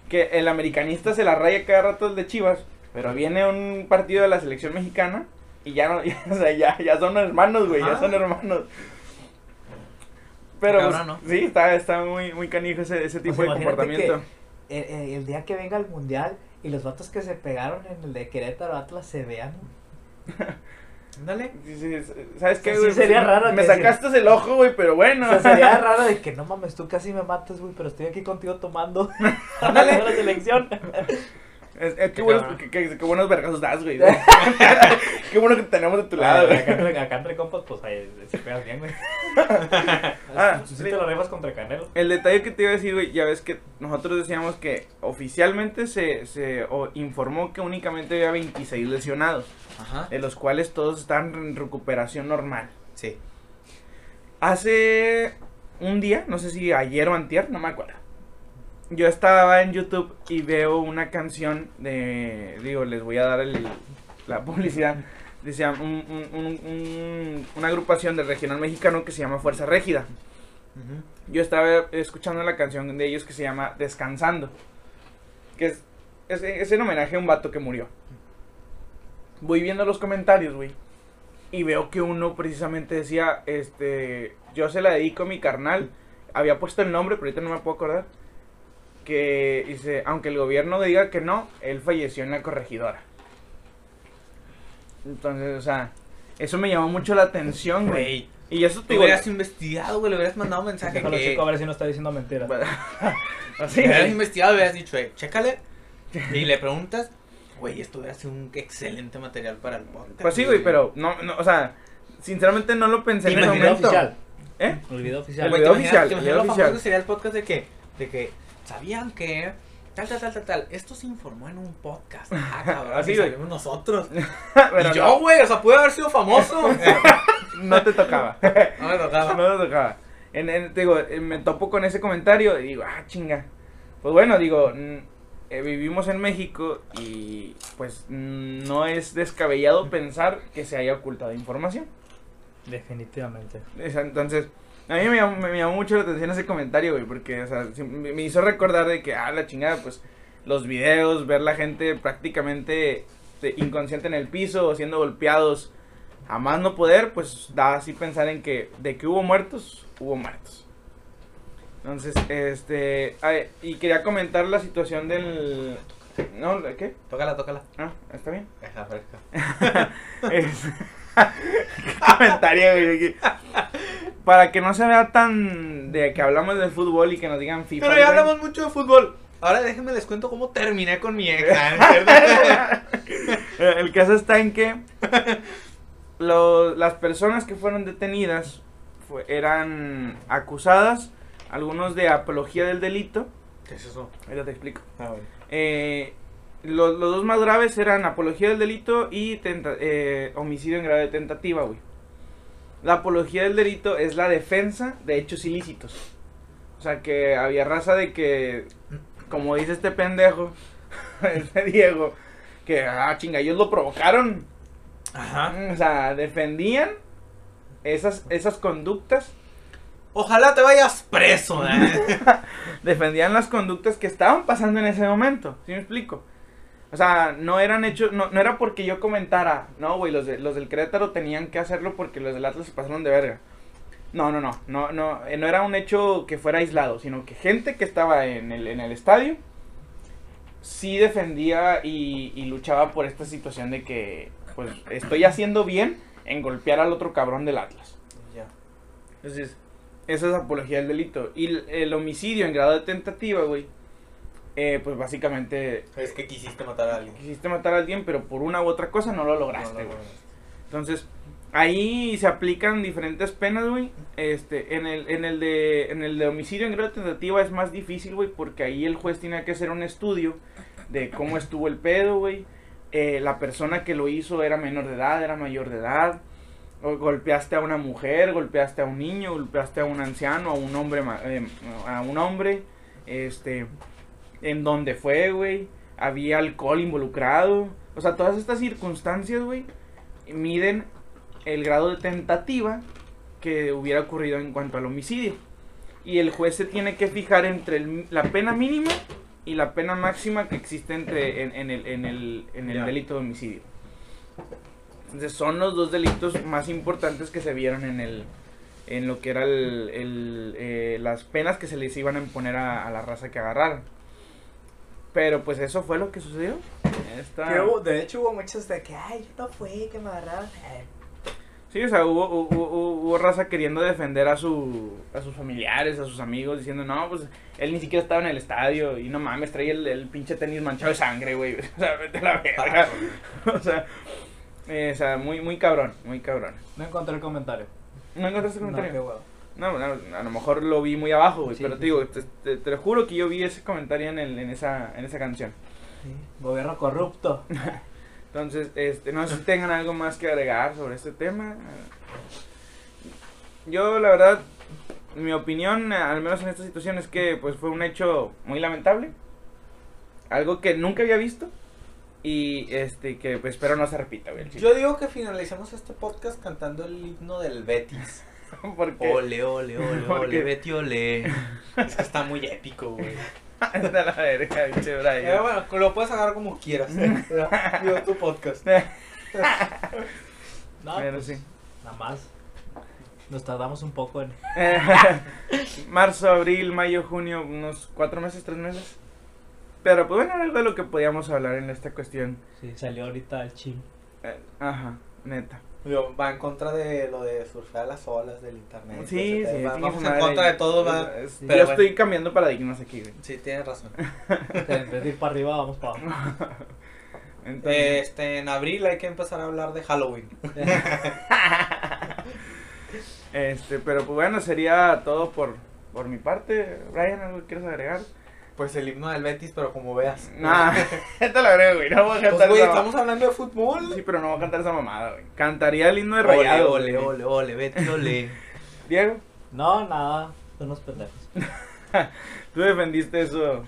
[SPEAKER 1] que el americanista se la raya cada rato el de Chivas, pero viene un partido de la selección mexicana y ya no, <laughs> o sea, ya, ya son hermanos, güey, ya
[SPEAKER 3] Ah.
[SPEAKER 2] Ajá.
[SPEAKER 1] son hermanos. Pero,
[SPEAKER 2] Cabrón,
[SPEAKER 1] pues, sí, está, está muy, muy canijo ese, ese tipo
[SPEAKER 3] sea,
[SPEAKER 1] de
[SPEAKER 3] Pues imagínate
[SPEAKER 1] comportamiento.
[SPEAKER 3] El, el- Eh, el día que venga el mundial y los vatos que se pegaron en el de Querétaro Atlas se vean.
[SPEAKER 2] Ándale.
[SPEAKER 1] Sí, sí, sí, ¿Sabes qué,
[SPEAKER 3] Sí,
[SPEAKER 1] güey?
[SPEAKER 3] sería raro
[SPEAKER 1] Me
[SPEAKER 3] que-
[SPEAKER 1] sacaste el ojo, güey, pero bueno.
[SPEAKER 3] O sea, <laughs> sería raro de que no mames, tú casi me matas, güey, pero estoy aquí contigo <laughs> tomando. Ándale. la selección.
[SPEAKER 1] Es, es que,
[SPEAKER 2] Qué
[SPEAKER 1] buenos,
[SPEAKER 2] cabrón.
[SPEAKER 1] que, que- que buenos vergazos das, güey. qué bueno que te tenemos de tu lado,
[SPEAKER 3] Ay,
[SPEAKER 1] güey.
[SPEAKER 3] acá, entre- acá entre compas, pues ahí se pegas <laughs> bien, güey.
[SPEAKER 1] Ah,
[SPEAKER 3] si
[SPEAKER 1] sí.
[SPEAKER 3] te lo rifas contra Canelo.
[SPEAKER 1] El detalle que te iba a decir, güey, ya ves que nosotros decíamos que oficialmente se, se o- informó que únicamente había 26 lesionados,
[SPEAKER 2] Ajá.
[SPEAKER 1] de los cuales todos están en recuperación normal.
[SPEAKER 2] Sí.
[SPEAKER 1] Hace un día, no sé si ayer o antier, no me acuerdo. Yo estaba en YouTube y veo una canción de. Digo, les voy a dar el- la <laughs> publicidad. Decía un- un- un- un- una agrupación del regional mexicano que se llama Fuerza Régida. Yo estaba escuchando la canción de ellos que se llama Descansando. Que es, es, es en homenaje a un vato que murió. Voy viendo los comentarios, güey. Y veo que uno precisamente decía, este, yo se la dedico a mi carnal. Había puesto el nombre, pero ahorita no me puedo acordar. Que dice, aunque el gobierno diga que no, él falleció en la corregidora. Entonces, o sea, eso me llamó mucho la atención, güey.
[SPEAKER 2] Güey.
[SPEAKER 1] Y eso
[SPEAKER 2] Tú
[SPEAKER 1] te <laughs>
[SPEAKER 2] hubieras investigado, güey. Le hubieras mandado un mensaje
[SPEAKER 3] Déjalo
[SPEAKER 2] que.
[SPEAKER 3] chico a ver si no está diciendo mentiras.
[SPEAKER 1] Así,
[SPEAKER 2] Le hubieras
[SPEAKER 1] güey.
[SPEAKER 2] investigado, le hubieras dicho, eh, chécale. Y le preguntas, güey, esto hubiera sido un excelente material para el podcast.
[SPEAKER 1] Pues sí, güey, pero no, no, o sea, sinceramente no lo pensé en
[SPEAKER 3] el
[SPEAKER 1] el
[SPEAKER 3] video
[SPEAKER 1] momento.
[SPEAKER 3] oficial.
[SPEAKER 1] ¿Eh?
[SPEAKER 3] El video
[SPEAKER 1] El
[SPEAKER 3] oficial.
[SPEAKER 2] Güey,
[SPEAKER 1] video
[SPEAKER 2] ¿te imaginas-
[SPEAKER 1] oficial,
[SPEAKER 2] te imaginas
[SPEAKER 1] video
[SPEAKER 2] lo famoso
[SPEAKER 1] oficial.
[SPEAKER 2] que sería el podcast de que, de que, ¿sabían que? Tal, tal, tal, tal, tal. Esto se informó en un podcast.
[SPEAKER 1] <laughs>
[SPEAKER 2] Ah, cabrón,
[SPEAKER 1] Así,
[SPEAKER 2] así
[SPEAKER 1] güey. <laughs>
[SPEAKER 2] salimos nosotros.
[SPEAKER 1] Pero
[SPEAKER 2] y yo, güey, o sea, pude haber
[SPEAKER 1] <laughs>
[SPEAKER 2] sido famoso. <laughs> Eh,
[SPEAKER 1] no, no te tocaba.
[SPEAKER 2] no me
[SPEAKER 1] no
[SPEAKER 2] tocaba.
[SPEAKER 1] te tocaba. En, en- te digo, eh, me topo con ese comentario y digo, ah, chinga. Pues bueno, digo, mm, eh, vivimos en México y pues mm, no es descabellado pensar que se haya ocultado información.
[SPEAKER 3] Definitivamente.
[SPEAKER 1] O sea, Entonces, a mí me llamó, me llamó mucho la atención ese comentario, güey, porque, o sea, sí, me me hizo recordar de que, ah, la chingada, pues, los videos, ver la gente prácticamente este, inconsciente en el piso, o siendo golpeados, a más no poder, pues, da así pensar en que, de que hubo muertos, hubo muertos. Entonces, este, ay, y quería comentar la situación del... No, ¿la ¿qué?
[SPEAKER 2] Tócala, tócala.
[SPEAKER 1] Ah, está bien.
[SPEAKER 2] Ajá, fresca.
[SPEAKER 1] Es- <laughs> comentario, güey, aquí. Para que no se vea tan de que hablamos de fútbol y que nos digan FIFA.
[SPEAKER 2] Pero ya
[SPEAKER 1] güey.
[SPEAKER 2] hablamos mucho de fútbol. Ahora déjenme les cuento cómo
[SPEAKER 1] <laughs>
[SPEAKER 2] terminé <laughs> con mi ex. Ah, ¿no es cierto?
[SPEAKER 1] Eh, El caso está en que lo- las personas que fueron detenidas fue- eran acusadas, algunos de apología del delito.
[SPEAKER 4] ¿Qué es eso?
[SPEAKER 1] Ahorita te explico.
[SPEAKER 4] Ah, bueno.
[SPEAKER 1] Eh, lo- los, dos más graves eran apología del delito y tenta- eh, homicidio en grave tentativa, güey. La apología del delito es la defensa de hechos ilícitos. O sea, que había raza de que, como dice este pendejo, <laughs> este Diego, que, ah, chinga, ellos lo provocaron.
[SPEAKER 4] Ajá.
[SPEAKER 1] O sea, defendían esas, esas conductas
[SPEAKER 4] Ojalá te vayas preso,
[SPEAKER 1] <laughs>
[SPEAKER 4] eh.
[SPEAKER 1] defendían las conductas que estaban pasando en ese momento. ¿Sí me explico? O sea, no eran hechos, no, no era porque yo comentara, no, güey, los, de- los del Querétaro tenían que hacerlo porque los del Atlas se pasaron de verga. No, no, no, no, no, eh, no era un hecho que fuera aislado, sino que gente que estaba en el, en el estadio sí defendía y, y luchaba por esta situación de que, pues, estoy haciendo bien en golpear al otro cabrón del Atlas.
[SPEAKER 4] Ya.
[SPEAKER 1] Entonces, esa es apología del delito. Y el, el homicidio en grado de tentativa, güey, eh, pues básicamente
[SPEAKER 4] Es que quisiste matar a alguien.
[SPEAKER 1] quisiste matar a alguien, pero por una u otra cosa no lo lograste, güey. Entonces, ahí se aplican diferentes penas, güey. Este, en el, en el de, en el de homicidio en grado de tentativa es más difícil, güey, porque ahí el juez tiene que hacer un estudio de cómo estuvo el pedo, güey. Eh, la persona que lo hizo era menor de edad, era mayor de edad. O golpeaste a una mujer, golpeaste a un niño, golpeaste a un anciano, a un hombre, ma- eh, a un hombre, este, en dónde fue, güey, había alcohol involucrado, o sea, todas estas circunstancias, güey, miden el grado de tentativa que hubiera ocurrido en cuanto al homicidio. Y el juez se tiene que fijar entre el- la pena mínima y la pena máxima que existe entre, en, en el, en el- en el
[SPEAKER 4] Ya.
[SPEAKER 1] delito de homicidio. Entonces son los dos delitos más importantes que se vieron en el en lo que era el, el, eh, las penas que se les iban a imponer a, a la raza que agarraron. Pero pues eso fue lo que sucedió. Esta-
[SPEAKER 3] Que hubo- de hecho, hubo muchos de que, ay, yo no fui, que me agarraron. Eh,
[SPEAKER 1] Sí, o sea, hubo, hubo, hubo- hubo raza queriendo defender a, su, a sus familiares, a sus amigos, diciendo, no, pues él ni siquiera estaba en el estadio y no mames, traía el, el pinche tenis manchado de sangre, güey. <laughs> O sea, vete a la verga. o sea, eh, o sea, muy, muy cabrón, muy cabrón.
[SPEAKER 3] No encontré el comentario.
[SPEAKER 1] ¿No encontraste
[SPEAKER 3] No,
[SPEAKER 1] comentario?
[SPEAKER 3] qué huevo.
[SPEAKER 1] No, no, a lo mejor lo vi muy abajo, güey,
[SPEAKER 3] Sí,
[SPEAKER 1] pero
[SPEAKER 3] sí,
[SPEAKER 1] te digo, te, te- te lo juro que yo vi ese comentario en, el- en, esa, en esa canción.
[SPEAKER 3] Gobierno <laughs> corrupto.
[SPEAKER 1] Entonces, este, no sé si tengan algo más que agregar sobre este tema. Yo, la verdad, mi opinión, al menos en esta situación, es que pues fue un hecho muy lamentable. Algo que nunca había visto. Y este, que pues, espero no se repita, güey. al chile.
[SPEAKER 2] Yo digo que finalicemos este podcast cantando el himno del Betis.
[SPEAKER 1] <laughs> Porque
[SPEAKER 4] Ole, ole, ole,
[SPEAKER 1] ¿Por
[SPEAKER 4] ole,
[SPEAKER 1] qué?
[SPEAKER 4] vete,
[SPEAKER 2] <laughs>
[SPEAKER 4] ole. Es que está muy épico, güey.
[SPEAKER 1] Está la verga, pinche Brian.
[SPEAKER 2] Eh, bueno, lo puedes agarrar como quieras. eh. pero Digo, tu podcast.
[SPEAKER 3] No,
[SPEAKER 1] Pero
[SPEAKER 3] pues,
[SPEAKER 1] sí.
[SPEAKER 3] Nada más. Nos tardamos un poco en.
[SPEAKER 1] Eh, <laughs> Marzo, abril, mayo, junio, unos cuatro meses, tres meses. Pero pues bueno, era algo de lo que podíamos hablar en esta cuestión.
[SPEAKER 3] Sí, salió ahorita el chin.
[SPEAKER 1] Eh, ajá, neta.
[SPEAKER 2] Digo, va en contra de lo de surfear las olas del internet.
[SPEAKER 1] Sí, sí,
[SPEAKER 2] etcétera. Va-
[SPEAKER 1] chingue
[SPEAKER 2] vamos
[SPEAKER 1] su
[SPEAKER 2] en
[SPEAKER 1] madre. Eh,
[SPEAKER 2] contra de todo, va.
[SPEAKER 1] Es- es-
[SPEAKER 2] Pero
[SPEAKER 1] yo
[SPEAKER 2] bueno.
[SPEAKER 1] estoy cambiando paradigmas aquí, güey.
[SPEAKER 2] Sí, tienes razón.
[SPEAKER 3] Eh, En vez de ir para arriba, vamos para abajo.
[SPEAKER 1] Entonces,
[SPEAKER 2] Este, en abril hay que empezar a hablar de Halloween.
[SPEAKER 1] este, pero pues bueno, sería todo por, por mi parte. Brian, ¿algo que quieres agregar?
[SPEAKER 2] Pues el himno del Betis, pero como veas. <laughs>
[SPEAKER 1] <laughs> Nada, te lo agrego, güey. No voy a cantar
[SPEAKER 2] Pues, güey,
[SPEAKER 1] esa
[SPEAKER 2] estamos hablando de fútbol.
[SPEAKER 1] mam- Sí, pero no voy a cantar esa mamada, güey. Cantaría el himno de
[SPEAKER 4] Ole,
[SPEAKER 1] Rayado.
[SPEAKER 4] ole, ole, ole, vete, ole.
[SPEAKER 1] Diego,
[SPEAKER 3] No, nada. Son unos pendejos.
[SPEAKER 1] tú defendiste eso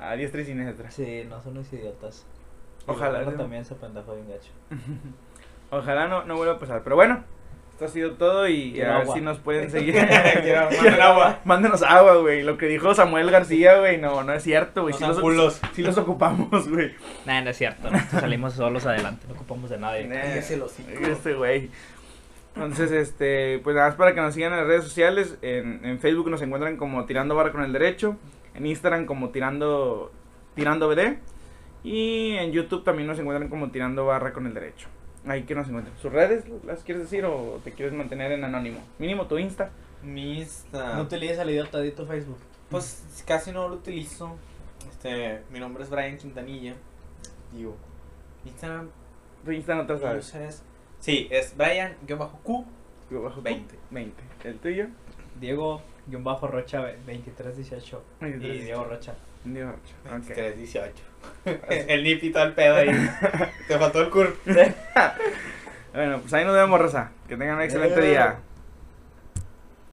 [SPEAKER 1] a diestra y siniestra.
[SPEAKER 3] Sí, no son unos idiotas. Y
[SPEAKER 1] Ojalá,
[SPEAKER 3] Lozano
[SPEAKER 1] ¿no?
[SPEAKER 3] también se pendejo bien gacho.
[SPEAKER 1] Ojalá no, no vuelva a pasar. Pero bueno, esto ha sido todo y
[SPEAKER 3] Quiero
[SPEAKER 1] a ver
[SPEAKER 3] agua.
[SPEAKER 1] si nos
[SPEAKER 2] <laughs>
[SPEAKER 1] pueden seguir.
[SPEAKER 2] Quiero- manden agua.
[SPEAKER 1] <laughs> Mándenos agua, güey. Lo que dijo Samuel García, güey, no, no es cierto, güey.
[SPEAKER 2] No
[SPEAKER 1] Sí
[SPEAKER 2] sean
[SPEAKER 1] los,
[SPEAKER 2] culos.
[SPEAKER 1] sí los ocupamos, <laughs> güey.
[SPEAKER 3] Nada, no es cierto. Nosotros salimos solos adelante. No ocupamos de nadie.
[SPEAKER 2] Cállese el hocico.
[SPEAKER 1] Este güey. Entonces, este, pues nada más para que nos sigan en las redes sociales. En, en Facebook nos encuentran como Tirando Barra con el Derecho. En Instagram como Tirando Tirando BD. Y en YouTube también nos encuentran como Tirando Barra con el Derecho. Ahí que nos encuentran. ¿Sus redes las quieres decir o te quieres mantener en anónimo? Mínimo tu Insta.
[SPEAKER 2] Mista.
[SPEAKER 3] No utilices al idiota de tu Facebook.
[SPEAKER 2] Pues casi no lo utilizo. Este, mi nombre es Brian Quintanilla. Digo, Instagram,
[SPEAKER 1] Tu Insta no te lo
[SPEAKER 2] mi
[SPEAKER 1] sabes.
[SPEAKER 2] user es Sí, es Brian-Q20.
[SPEAKER 1] Yo bajo
[SPEAKER 2] 20.
[SPEAKER 1] 20. ¿El tuyo?
[SPEAKER 3] Diego, guión bajo Rocha, 2318. Y
[SPEAKER 1] 23.
[SPEAKER 3] Diego Rocha.
[SPEAKER 1] Diego Rocha. Ok.
[SPEAKER 2] 18. <laughs> el nipi todo el pedo ahí. Te faltó el curve.
[SPEAKER 1] Bueno, pues ahí nos vemos, Rosa. Que tengan un excelente día.